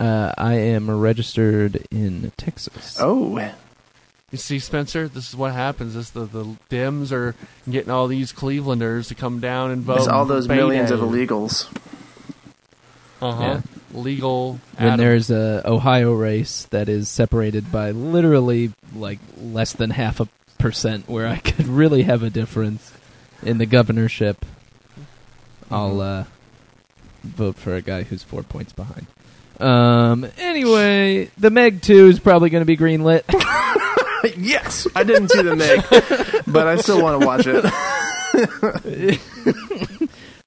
Speaker 3: Uh, I am registered in Texas.
Speaker 4: Oh,
Speaker 2: You see, Spencer, this is what happens: is the the Dems are getting all these Clevelanders to come down and vote.
Speaker 4: it's all those millions of
Speaker 2: illegal,
Speaker 4: illegals.
Speaker 2: uh-huh. legal.
Speaker 3: When
Speaker 2: Adam.
Speaker 3: there's a Ohio race that is separated by literally like less than half a percent, where I could really have a difference in the governorship, I'll
Speaker 2: Mm-hmm.
Speaker 3: uh, vote for a guy who's four points behind. Um. Anyway, the Meg Two is probably going to be greenlit.
Speaker 4: yes, I didn't see the Meg, but I still want to watch it.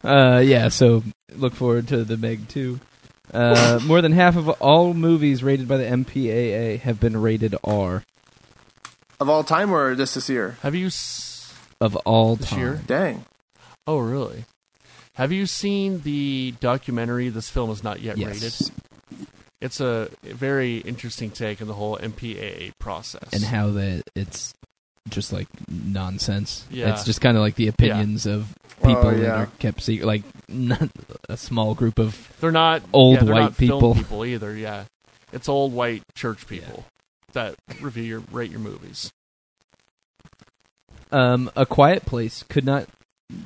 Speaker 3: Uh, yeah, so look forward to the Meg 2. Uh, more than half of all movies rated by the MPAA have been rated R
Speaker 4: of all time or just this year?
Speaker 2: have you? S-
Speaker 3: of all
Speaker 2: This
Speaker 3: time.
Speaker 2: year?
Speaker 4: Dang.
Speaker 2: oh, really? Have you seen the documentary? This film is not yet rated.
Speaker 3: Yes.
Speaker 2: It's a very interesting take on the whole MPAA process.
Speaker 3: And how that it's just like nonsense.
Speaker 2: Yeah.
Speaker 3: It's just kind of like the opinions of people
Speaker 4: Oh,
Speaker 3: that
Speaker 4: yeah.
Speaker 3: are kept secret, like not a small group of
Speaker 2: They're not
Speaker 3: Old
Speaker 2: yeah, they're
Speaker 3: white
Speaker 2: not film
Speaker 3: people.
Speaker 2: people either. Yeah, it's old white church people that review your rate your movies.
Speaker 3: um, a quiet place could not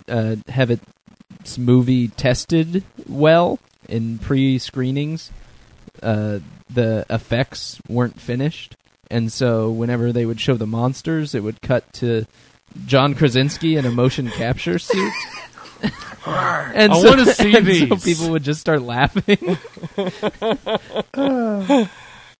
Speaker 3: uh, have its movie tested well in pre-screenings. Uh, the effects weren't finished, and so whenever they would show the monsters, it would cut to John Krasinski in a motion capture suit. and
Speaker 2: I wanna see
Speaker 3: and so
Speaker 2: these.
Speaker 3: people would just start laughing.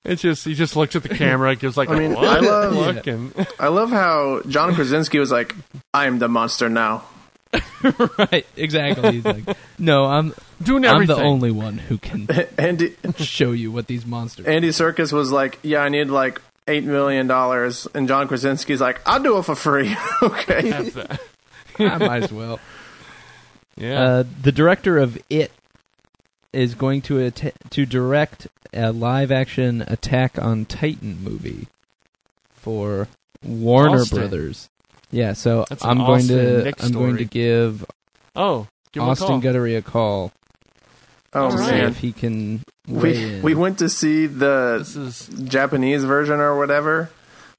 Speaker 2: It's just he just looks at the camera, gives like
Speaker 4: I mean,
Speaker 2: a what?
Speaker 4: I love-
Speaker 2: look, and
Speaker 4: I love how John Krasinski was like, "I'm the monster now."
Speaker 3: right, exactly. He's like, "No, I'm
Speaker 2: doing
Speaker 3: I'm
Speaker 2: everything.
Speaker 3: the only one who can
Speaker 4: Andy
Speaker 3: show you what these monsters."
Speaker 4: Andy Circus was like, "Yeah, I need like eight million dollars," and John Krasinski's like, "I'll do it for free." okay.
Speaker 2: Have that.
Speaker 3: I might as well.
Speaker 2: Yeah,
Speaker 3: Uh, the director of It is going to att- to direct a live action Attack on Titan movie for Warner
Speaker 2: Austin.
Speaker 3: Brothers. Yeah, so
Speaker 2: That's an
Speaker 3: I'm going
Speaker 2: Austin
Speaker 3: to
Speaker 2: Nick
Speaker 3: I'm going to
Speaker 2: story.
Speaker 3: give,
Speaker 2: oh, give him a call.
Speaker 3: Austin Guttery a call
Speaker 4: Oh
Speaker 2: All
Speaker 3: to see
Speaker 2: right.
Speaker 4: man,
Speaker 3: if he can weigh
Speaker 4: we
Speaker 3: in.
Speaker 4: we went to see the
Speaker 2: This is
Speaker 4: Japanese version or whatever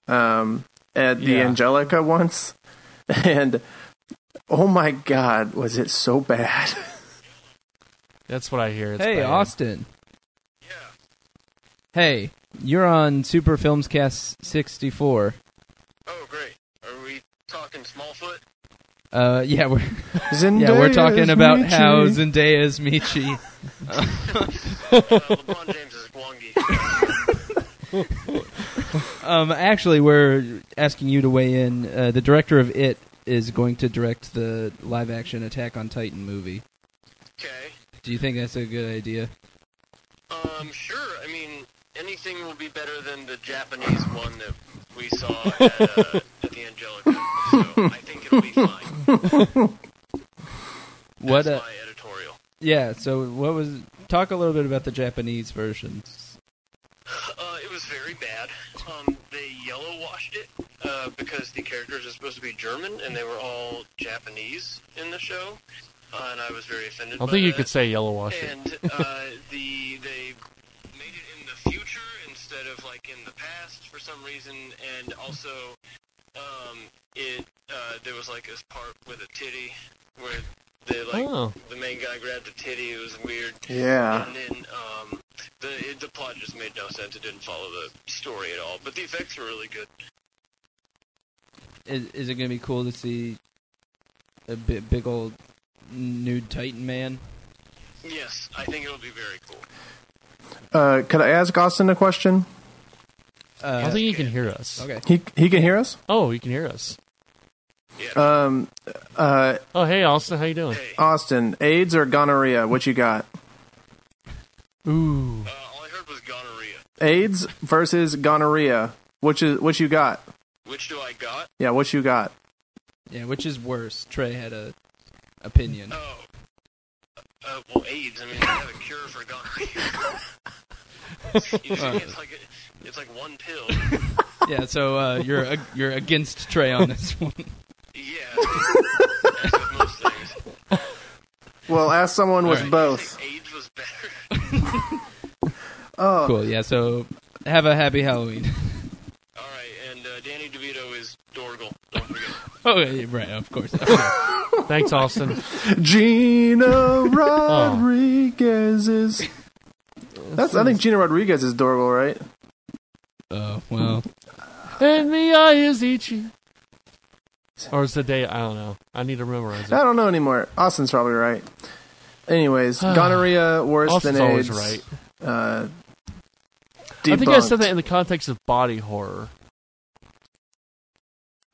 Speaker 4: um, at the
Speaker 2: Yeah.
Speaker 4: Angelica once, and oh my god, was it so bad?
Speaker 2: that's what I hear. It's
Speaker 3: hey,
Speaker 2: bad.
Speaker 3: Austin. Yeah. Hey, you're on Super Films Cast 64.
Speaker 6: Oh, great. Are we talking Smallfoot?
Speaker 3: Uh, yeah, we're yeah we're talking about how Zendaya's Michi.
Speaker 6: Uh, LeBron James is a Gwangi.
Speaker 3: Um, actually, we're asking you to weigh in. Uh, the director of It is going to direct the live-action Attack on Titan movie.
Speaker 6: Okay.
Speaker 3: Do you think that's a good idea?
Speaker 6: Um, sure. I mean, anything will be better than the Japanese one that we saw at, uh, at the Angelica. So I think it'll be fine.
Speaker 3: What?
Speaker 6: That's
Speaker 3: Uh,
Speaker 6: my editorial.
Speaker 3: yeah. So, what was? Talk a little bit about the Japanese versions.
Speaker 6: Uh, it was very bad. Um, they yellow washed it uh, because the characters are supposed to be German and they were all Japanese in the show. Uh, and I was very offended.
Speaker 2: I don't
Speaker 6: by
Speaker 2: think you
Speaker 6: that.
Speaker 2: could say yellow wash it.
Speaker 6: And uh, the they made it in the future instead of like in the past for some reason, and also um, it uh, there was like this part with a titty where they like
Speaker 2: Oh.
Speaker 6: the main guy grabbed a titty. It was weird.
Speaker 4: Yeah.
Speaker 6: And then um, the it, the plot just made no sense. It didn't follow the story at all. But the effects were really good.
Speaker 3: Is, is it going to be cool to see a big, big old nude Titan man?
Speaker 6: Yes, I think it'll be very cool.
Speaker 4: Uh, could I ask Austin a question?
Speaker 2: I
Speaker 3: Uh,
Speaker 2: don't think you can hear us.
Speaker 3: okay.
Speaker 4: He he can hear us.
Speaker 2: Oh, you can hear us.
Speaker 6: Yeah.
Speaker 4: Um, uh,
Speaker 2: Oh, hey, Austin, how you doing?
Speaker 6: hey, uh,
Speaker 4: Austin, AIDS or gonorrhea? What you got?
Speaker 2: Ooh,
Speaker 6: Uh, all I heard was gonorrhea.
Speaker 4: AIDS versus gonorrhea. Which is what you got?
Speaker 6: Which do I got?
Speaker 4: Yeah, what you got?
Speaker 3: Yeah, which is worse? Trey had a opinion.
Speaker 6: Oh. Uh, well, AIDS. I mean, they have a cure for gonorrhea. you see, it's like a, it's like one pill.
Speaker 3: Yeah, so uh, you're ag- you're against Trey on this one.
Speaker 6: Yeah. That's with most things.
Speaker 4: Well, ask someone with
Speaker 6: Right.
Speaker 4: both.
Speaker 6: AIDS was better.
Speaker 4: Oh,
Speaker 3: Cool. Yeah, so have a happy Halloween.
Speaker 6: All right, and uh, Danny DeVito is Dorgle. Don't forget.
Speaker 3: oh, yeah, right, of course.
Speaker 2: Thanks, Austin. Oh.
Speaker 4: Gina Rodriguez is. That's. I think Gina Rodriguez is Dorgle, right?
Speaker 3: Oh, well.
Speaker 2: and the eye is itchy. Or is the day? I don't know. I need to memorize
Speaker 4: I
Speaker 2: it.
Speaker 4: don't know anymore. Austin's probably right. Anyways, gonorrhea worse
Speaker 2: Austin's
Speaker 4: than
Speaker 2: always
Speaker 4: AIDS.
Speaker 2: right.
Speaker 4: Uh,
Speaker 2: I think I said
Speaker 4: debunked.
Speaker 2: that in the context of body horror.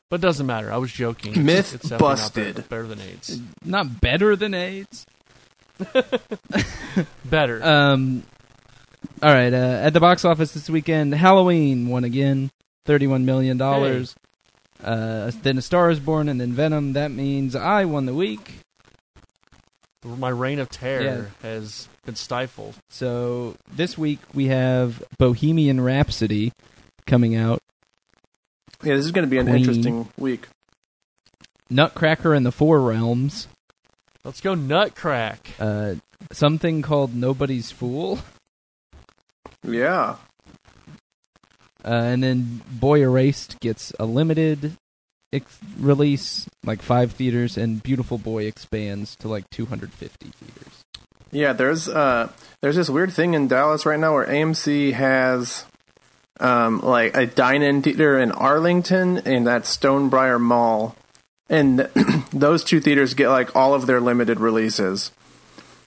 Speaker 2: But it doesn't matter. I was joking. It's-
Speaker 4: Myth
Speaker 2: it's definitely not
Speaker 4: busted.
Speaker 2: Better, better than AIDS.
Speaker 3: Not better than AIDS.
Speaker 2: Better.
Speaker 3: Um, all right. Uh, at the box office this weekend, Halloween won again, thirty-one million dollars. Uh, then A Star Is Born, and then Venom. That means I won the week.
Speaker 2: My reign of terror has been stifled.
Speaker 3: So this week we have Bohemian Rhapsody coming out,
Speaker 4: Yeah, this is going to be an
Speaker 3: Queen.
Speaker 4: interesting week.
Speaker 3: Nutcracker and the Four Realms,
Speaker 2: Let's go Nutcrack.
Speaker 3: uh, something called Nobody's Fool,
Speaker 4: Yeah.
Speaker 3: uh, and then Boy Erased gets a limited ex- release, like five theaters, and Beautiful Boy expands to like two hundred fifty theaters.
Speaker 4: Yeah, there's uh there's this weird thing in Dallas right now where AMC has um like a dine-in theater in Arlington and that Stonebriar Mall. And those two theaters get like all of their limited releases.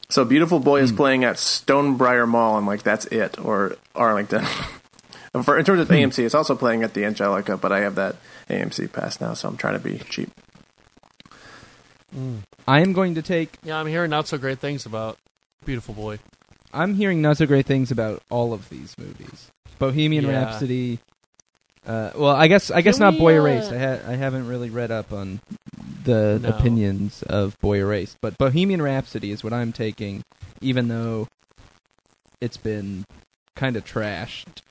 Speaker 4: So Beautiful Boy is playing at Stonebriar Mall and like that's it or Arlington. And For in terms of AMC, it's also playing at the Angelica, but I have that AMC pass now, so I'm trying to be cheap.
Speaker 3: I am going to take.
Speaker 2: Yeah, I'm hearing not so great things about Beautiful Boy.
Speaker 3: I'm hearing not so great things about all of these movies. Bohemian
Speaker 2: Yeah.
Speaker 3: Rhapsody. Uh, well, I guess I guess
Speaker 2: Can
Speaker 3: not
Speaker 2: we,
Speaker 3: Boy
Speaker 2: uh,
Speaker 3: Erased. I ha- I haven't really read up on the
Speaker 2: No.
Speaker 3: opinions of Boy Erased, but Bohemian Rhapsody is what I'm taking, even though it's been kind of trashed.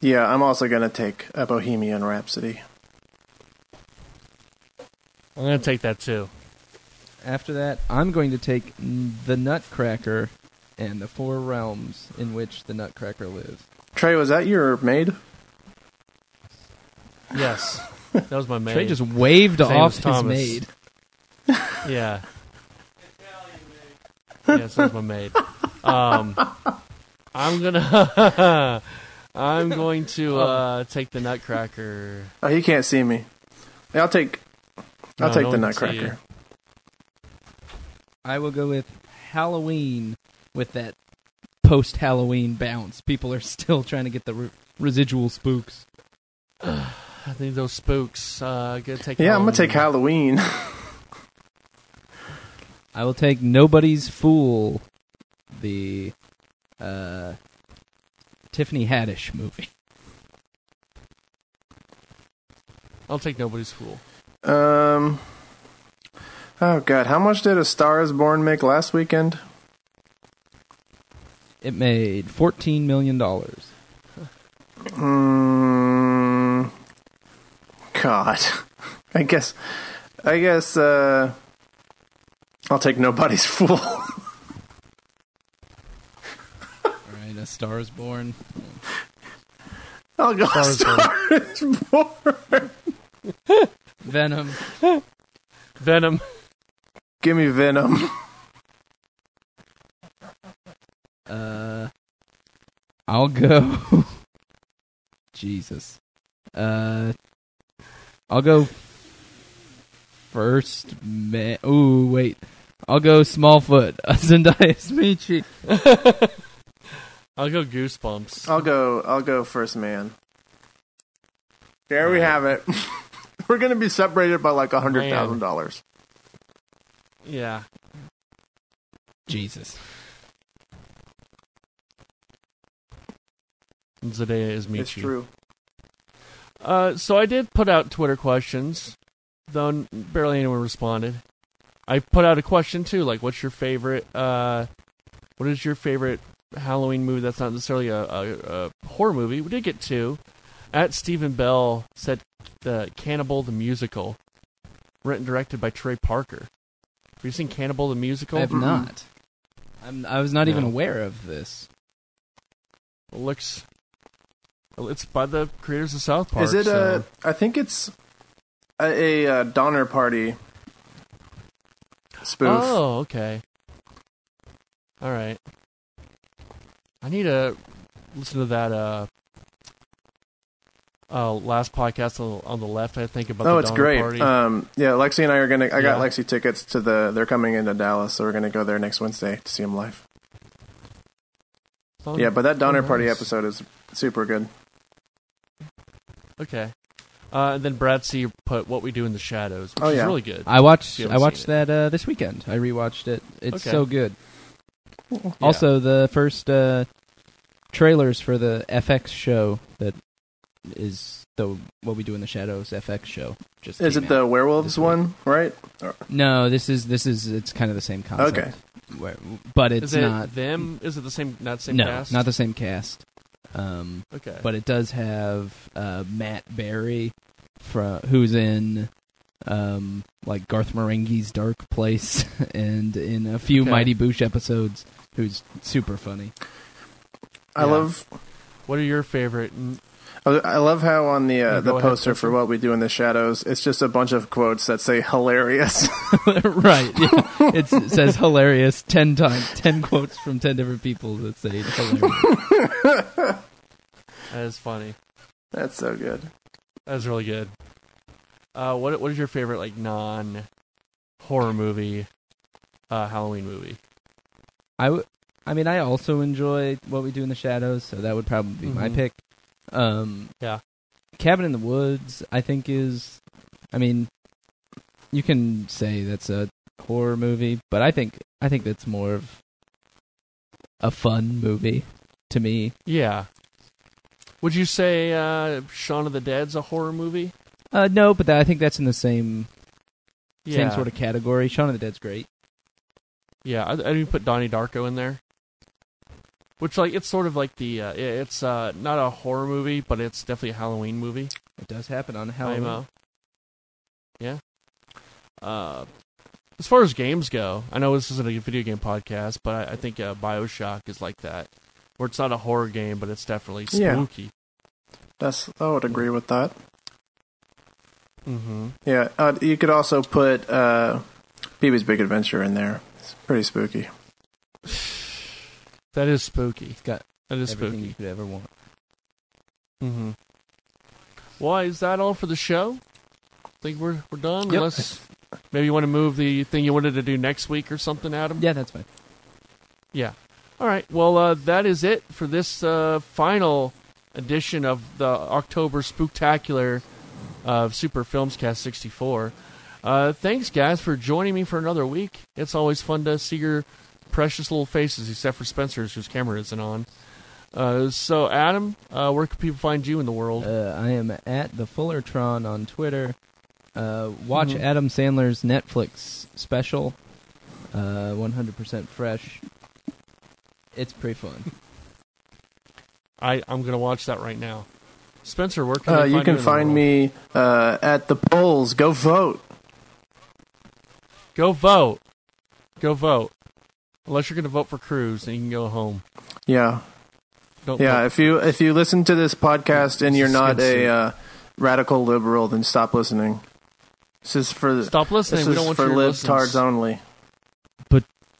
Speaker 4: Yeah, I'm also gonna take a Bohemian Rhapsody.
Speaker 2: I'm gonna take that too.
Speaker 3: After that, I'm going to take mm, the Nutcracker and the four realms in which the Nutcracker lives.
Speaker 4: Trey, was that your maid?
Speaker 2: Yes, that was my main.
Speaker 3: Trey just waved
Speaker 2: Same
Speaker 3: off
Speaker 2: as
Speaker 3: his
Speaker 2: Thomas.
Speaker 3: maid.
Speaker 2: yeah. yes, that was my maid. Um, I'm gonna. I'm going to uh, take the Nutcracker.
Speaker 4: Oh, he can't see me. I'll take.
Speaker 2: No,
Speaker 4: I'll take
Speaker 2: no
Speaker 4: the
Speaker 2: one can see
Speaker 4: Nutcracker.
Speaker 3: I will go with Halloween with that post Halloween bounce. People are still trying to get the re- residual spooks.
Speaker 2: I think those spooks. Uh, gonna take.
Speaker 4: Yeah, I'm gonna take
Speaker 2: Halloween.
Speaker 4: Halloween.
Speaker 3: I will take Nobody's Fool, the uh, Tiffany Haddish movie.
Speaker 2: I'll take nobody's fool.
Speaker 4: um. Oh God, how much did A Star Is Born make last weekend?
Speaker 3: It made $14 million.
Speaker 4: Hmm. God, I guess. I guess. Uh, I'll take Nobody's Fool.
Speaker 3: Alright, A Star is Born.
Speaker 4: I'll go Star,
Speaker 2: Is Born.
Speaker 4: Is Born.
Speaker 3: Venom.
Speaker 2: Venom.
Speaker 4: Give me Venom.
Speaker 3: Uh, I'll go. Jesus. Uh, I'll go first. Man. Ooh, wait. I'll go Smallfoot. Zendaya's Michi.
Speaker 2: I'll go goosebumps.
Speaker 4: I'll go. I'll go first man. There we have it. We're gonna be separated by like a hundred
Speaker 2: Man.
Speaker 4: thousand dollars.
Speaker 2: Yeah.
Speaker 3: Jesus.
Speaker 2: Zadea is Michi.
Speaker 4: It's true.
Speaker 2: Uh, so I did put out Twitter questions though barely anyone responded. I put out a question too, like, "What's your favorite? Uh, what is your favorite Halloween movie that's not necessarily a, a, a horror movie?" We did get two. At Stephen Bell said, "The Cannibal the Musical," written and directed by Trey Parker. Have you seen Cannibal the Musical?
Speaker 3: I have not. I'm, I was not even
Speaker 2: No.
Speaker 3: aware of this.
Speaker 2: It looks. It's by the creators of South Park.
Speaker 4: Is it
Speaker 2: so-
Speaker 4: a? I think it's a, a, uh Donner Party spoof.
Speaker 2: Oh, okay. All right. I need to listen to that uh, uh last podcast on, on the left. I think about
Speaker 4: oh,
Speaker 2: the
Speaker 4: it's
Speaker 2: Donner
Speaker 4: great.
Speaker 2: Party.
Speaker 4: Um, yeah, Lexi and I are gonna. I got
Speaker 2: Yeah.
Speaker 4: Lexi tickets to the. They're coming into Dallas, so we're gonna go there next Wednesday to see them live.
Speaker 2: Oh,
Speaker 4: yeah, but that Donner
Speaker 2: nice.
Speaker 4: Party episode is super good.
Speaker 2: Okay. Uh, and then Brad C put "What We Do in the Shadows," which
Speaker 4: Oh,
Speaker 2: is
Speaker 4: yeah.
Speaker 2: really good.
Speaker 3: I watched
Speaker 2: You
Speaker 3: I
Speaker 2: haven't
Speaker 3: watched
Speaker 2: seen
Speaker 3: that uh, this weekend. I rewatched it. It's
Speaker 2: Okay.
Speaker 3: so good.
Speaker 4: Yeah.
Speaker 3: Also, the first uh, trailers for the FX show that is the what we do in the shadows FX show. Just
Speaker 4: Is
Speaker 3: came
Speaker 4: it
Speaker 3: out.
Speaker 4: the werewolves
Speaker 3: this week.
Speaker 4: one? Right? Or-
Speaker 3: No, this is this is it's kind of the same concept.
Speaker 4: Okay.
Speaker 3: Where- but it's
Speaker 2: is it
Speaker 3: not
Speaker 2: them? Is it the same? Not same
Speaker 3: no
Speaker 2: cast?
Speaker 3: not the same cast. Um,
Speaker 2: okay.
Speaker 3: but it does have uh, Matt Berry, from who's in um, like Garth Marenghi's Dark Place, and in a few
Speaker 2: Okay.
Speaker 3: Mighty Boosh episodes, who's super funny.
Speaker 4: I
Speaker 2: Yeah.
Speaker 4: love.
Speaker 2: what are your favorite? mm,
Speaker 4: I Oh, I love how on the uh,
Speaker 2: Yeah,
Speaker 4: the
Speaker 2: go ahead,
Speaker 4: poster for
Speaker 2: Spencer.
Speaker 4: what we do in the shadows, it's just a bunch of quotes that say hilarious.
Speaker 3: right? Yeah. It's, it says hilarious ten times, ten quotes from ten different people that say hilarious.
Speaker 2: That is funny.
Speaker 4: That's so good.
Speaker 2: That was really good. Uh, what what is your favorite like non horror movie, uh, Halloween movie?
Speaker 3: I w- I mean, I also enjoy what we do in the shadows, so that would probably be my
Speaker 2: Mhm.
Speaker 3: pick. Um,
Speaker 2: Yeah.
Speaker 3: Cabin in the Woods, I think is, I mean, you can say that's a horror movie, but I think I think that's more of a fun movie to me.
Speaker 2: Yeah. Would you say uh, Shaun of the Dead's a horror movie?
Speaker 3: Uh, no, but that, I think that's in the same
Speaker 2: Yeah.
Speaker 3: same sort of category. Shaun of the Dead's great.
Speaker 2: Yeah, I, I didn't put Donnie Darko in there. Which like it's sort of like the uh, i- it's uh, not a horror movie, but it's definitely a Halloween movie.
Speaker 3: It does happen on
Speaker 2: I'm,
Speaker 3: Halloween.
Speaker 2: uh, yeah. Uh, as far as games go, I know this isn't a video game podcast, but I, I think uh, Bioshock is like that, where it's not a horror game, but it's definitely
Speaker 4: Yeah.
Speaker 2: spooky.
Speaker 4: That's I would agree with that.
Speaker 2: Mm-hmm.
Speaker 4: Yeah, uh, you could also put uh, Pee-wee's Big Adventure in there. It's pretty spooky.
Speaker 2: That is spooky.
Speaker 3: It's got
Speaker 2: That is
Speaker 3: everything you
Speaker 2: spooky.
Speaker 3: could ever want.
Speaker 2: Mm-hmm. Why is that all for the show? think we're we're done.
Speaker 4: Yep.
Speaker 2: Unless maybe you want to move the thing you wanted to do next week or something, Adam.
Speaker 3: Yeah, that's fine.
Speaker 2: Yeah. All right. Well, uh, that is it for this uh, final edition of the October Spooktacular of Super Filmscast 64. Uh, thanks, guys, for joining me for another week. It's always fun to see your precious little faces, except for Spencer's, whose camera isn't on. Uh, so, Adam, uh, where can people find you in the world?
Speaker 3: Uh, I am at the Fullertron on Twitter. Uh, watch
Speaker 2: Mhm.
Speaker 3: Adam Sandler's Netflix special, uh, 100% fresh. It's pretty fun.
Speaker 2: I, I'm going to watch that right now. Spencer, where can
Speaker 4: Uh,
Speaker 2: they
Speaker 4: you can
Speaker 2: in the
Speaker 4: find
Speaker 2: world?
Speaker 4: me uh, at the polls. Go vote.
Speaker 2: Go vote. Go vote. Unless you're going to vote for Cruz, then you can go home.
Speaker 4: Yeah,
Speaker 2: Don't vote
Speaker 4: yeah. If you if you listen to this podcast and you're not a uh, radical liberal, then stop listening. This is for the,
Speaker 2: Stop listening.
Speaker 4: this
Speaker 2: we don't
Speaker 4: is
Speaker 2: want
Speaker 4: for
Speaker 2: your
Speaker 4: libtards
Speaker 2: listens.
Speaker 4: only.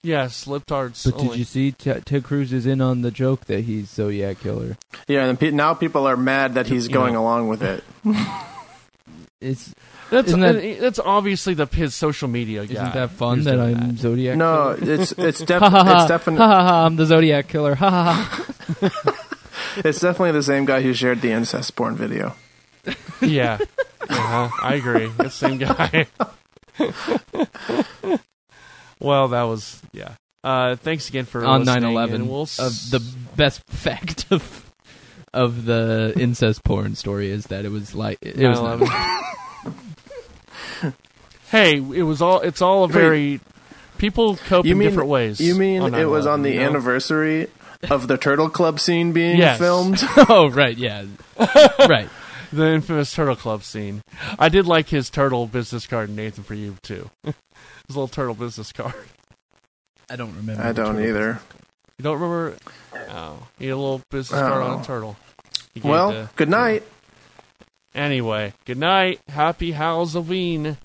Speaker 2: Yes, libtards.
Speaker 3: But
Speaker 2: only.
Speaker 3: did you see T- Ted Cruz is in on the joke that he's Zodiac killer?
Speaker 4: Yeah, and pe- now people are mad that he's
Speaker 2: You
Speaker 4: going
Speaker 2: know.
Speaker 4: along with it.
Speaker 3: It's
Speaker 2: that's uh,
Speaker 3: isn't that-
Speaker 2: that's obviously the his social media guy.
Speaker 3: isn't that fun
Speaker 2: who's
Speaker 3: that
Speaker 2: doing
Speaker 3: I'm
Speaker 2: that.
Speaker 3: Zodiac?
Speaker 4: No,
Speaker 3: killer?
Speaker 4: it's it's
Speaker 3: Ha ha ha!
Speaker 4: definitely it's
Speaker 3: Ha
Speaker 4: definitely
Speaker 3: ha ha! I'm the Zodiac killer. Ha ha ha!
Speaker 4: it's definitely the same guy who shared the incest porn video.
Speaker 2: yeah, uh-huh. I agree. It's the same guy. well, that was yeah. Uh, thanks again for
Speaker 3: on
Speaker 2: listening,
Speaker 3: 9/11
Speaker 2: and We'll
Speaker 3: of the best fact of of the incest porn story is that it was like it was
Speaker 2: 9/11. hey, it was all. It's all a very. People cope
Speaker 4: You
Speaker 2: in
Speaker 4: mean
Speaker 2: different ways.
Speaker 4: You mean it
Speaker 2: 9/11,
Speaker 4: was on the
Speaker 2: you know?
Speaker 4: anniversary of the Turtle Club scene being
Speaker 2: Yes.
Speaker 4: filmed?
Speaker 3: oh, right, yeah, right.
Speaker 2: the infamous turtle club scene. I did like his turtle business card, Nathan, for you too. his little turtle business card.
Speaker 3: I don't remember.
Speaker 4: I don't either.
Speaker 2: You don't remember? Oh, he had a little business
Speaker 4: I don't
Speaker 2: card on
Speaker 4: know.
Speaker 2: a turtle. He gave
Speaker 4: Well,
Speaker 2: the-
Speaker 4: good night.
Speaker 2: Anyway, good night. Happy Halloween.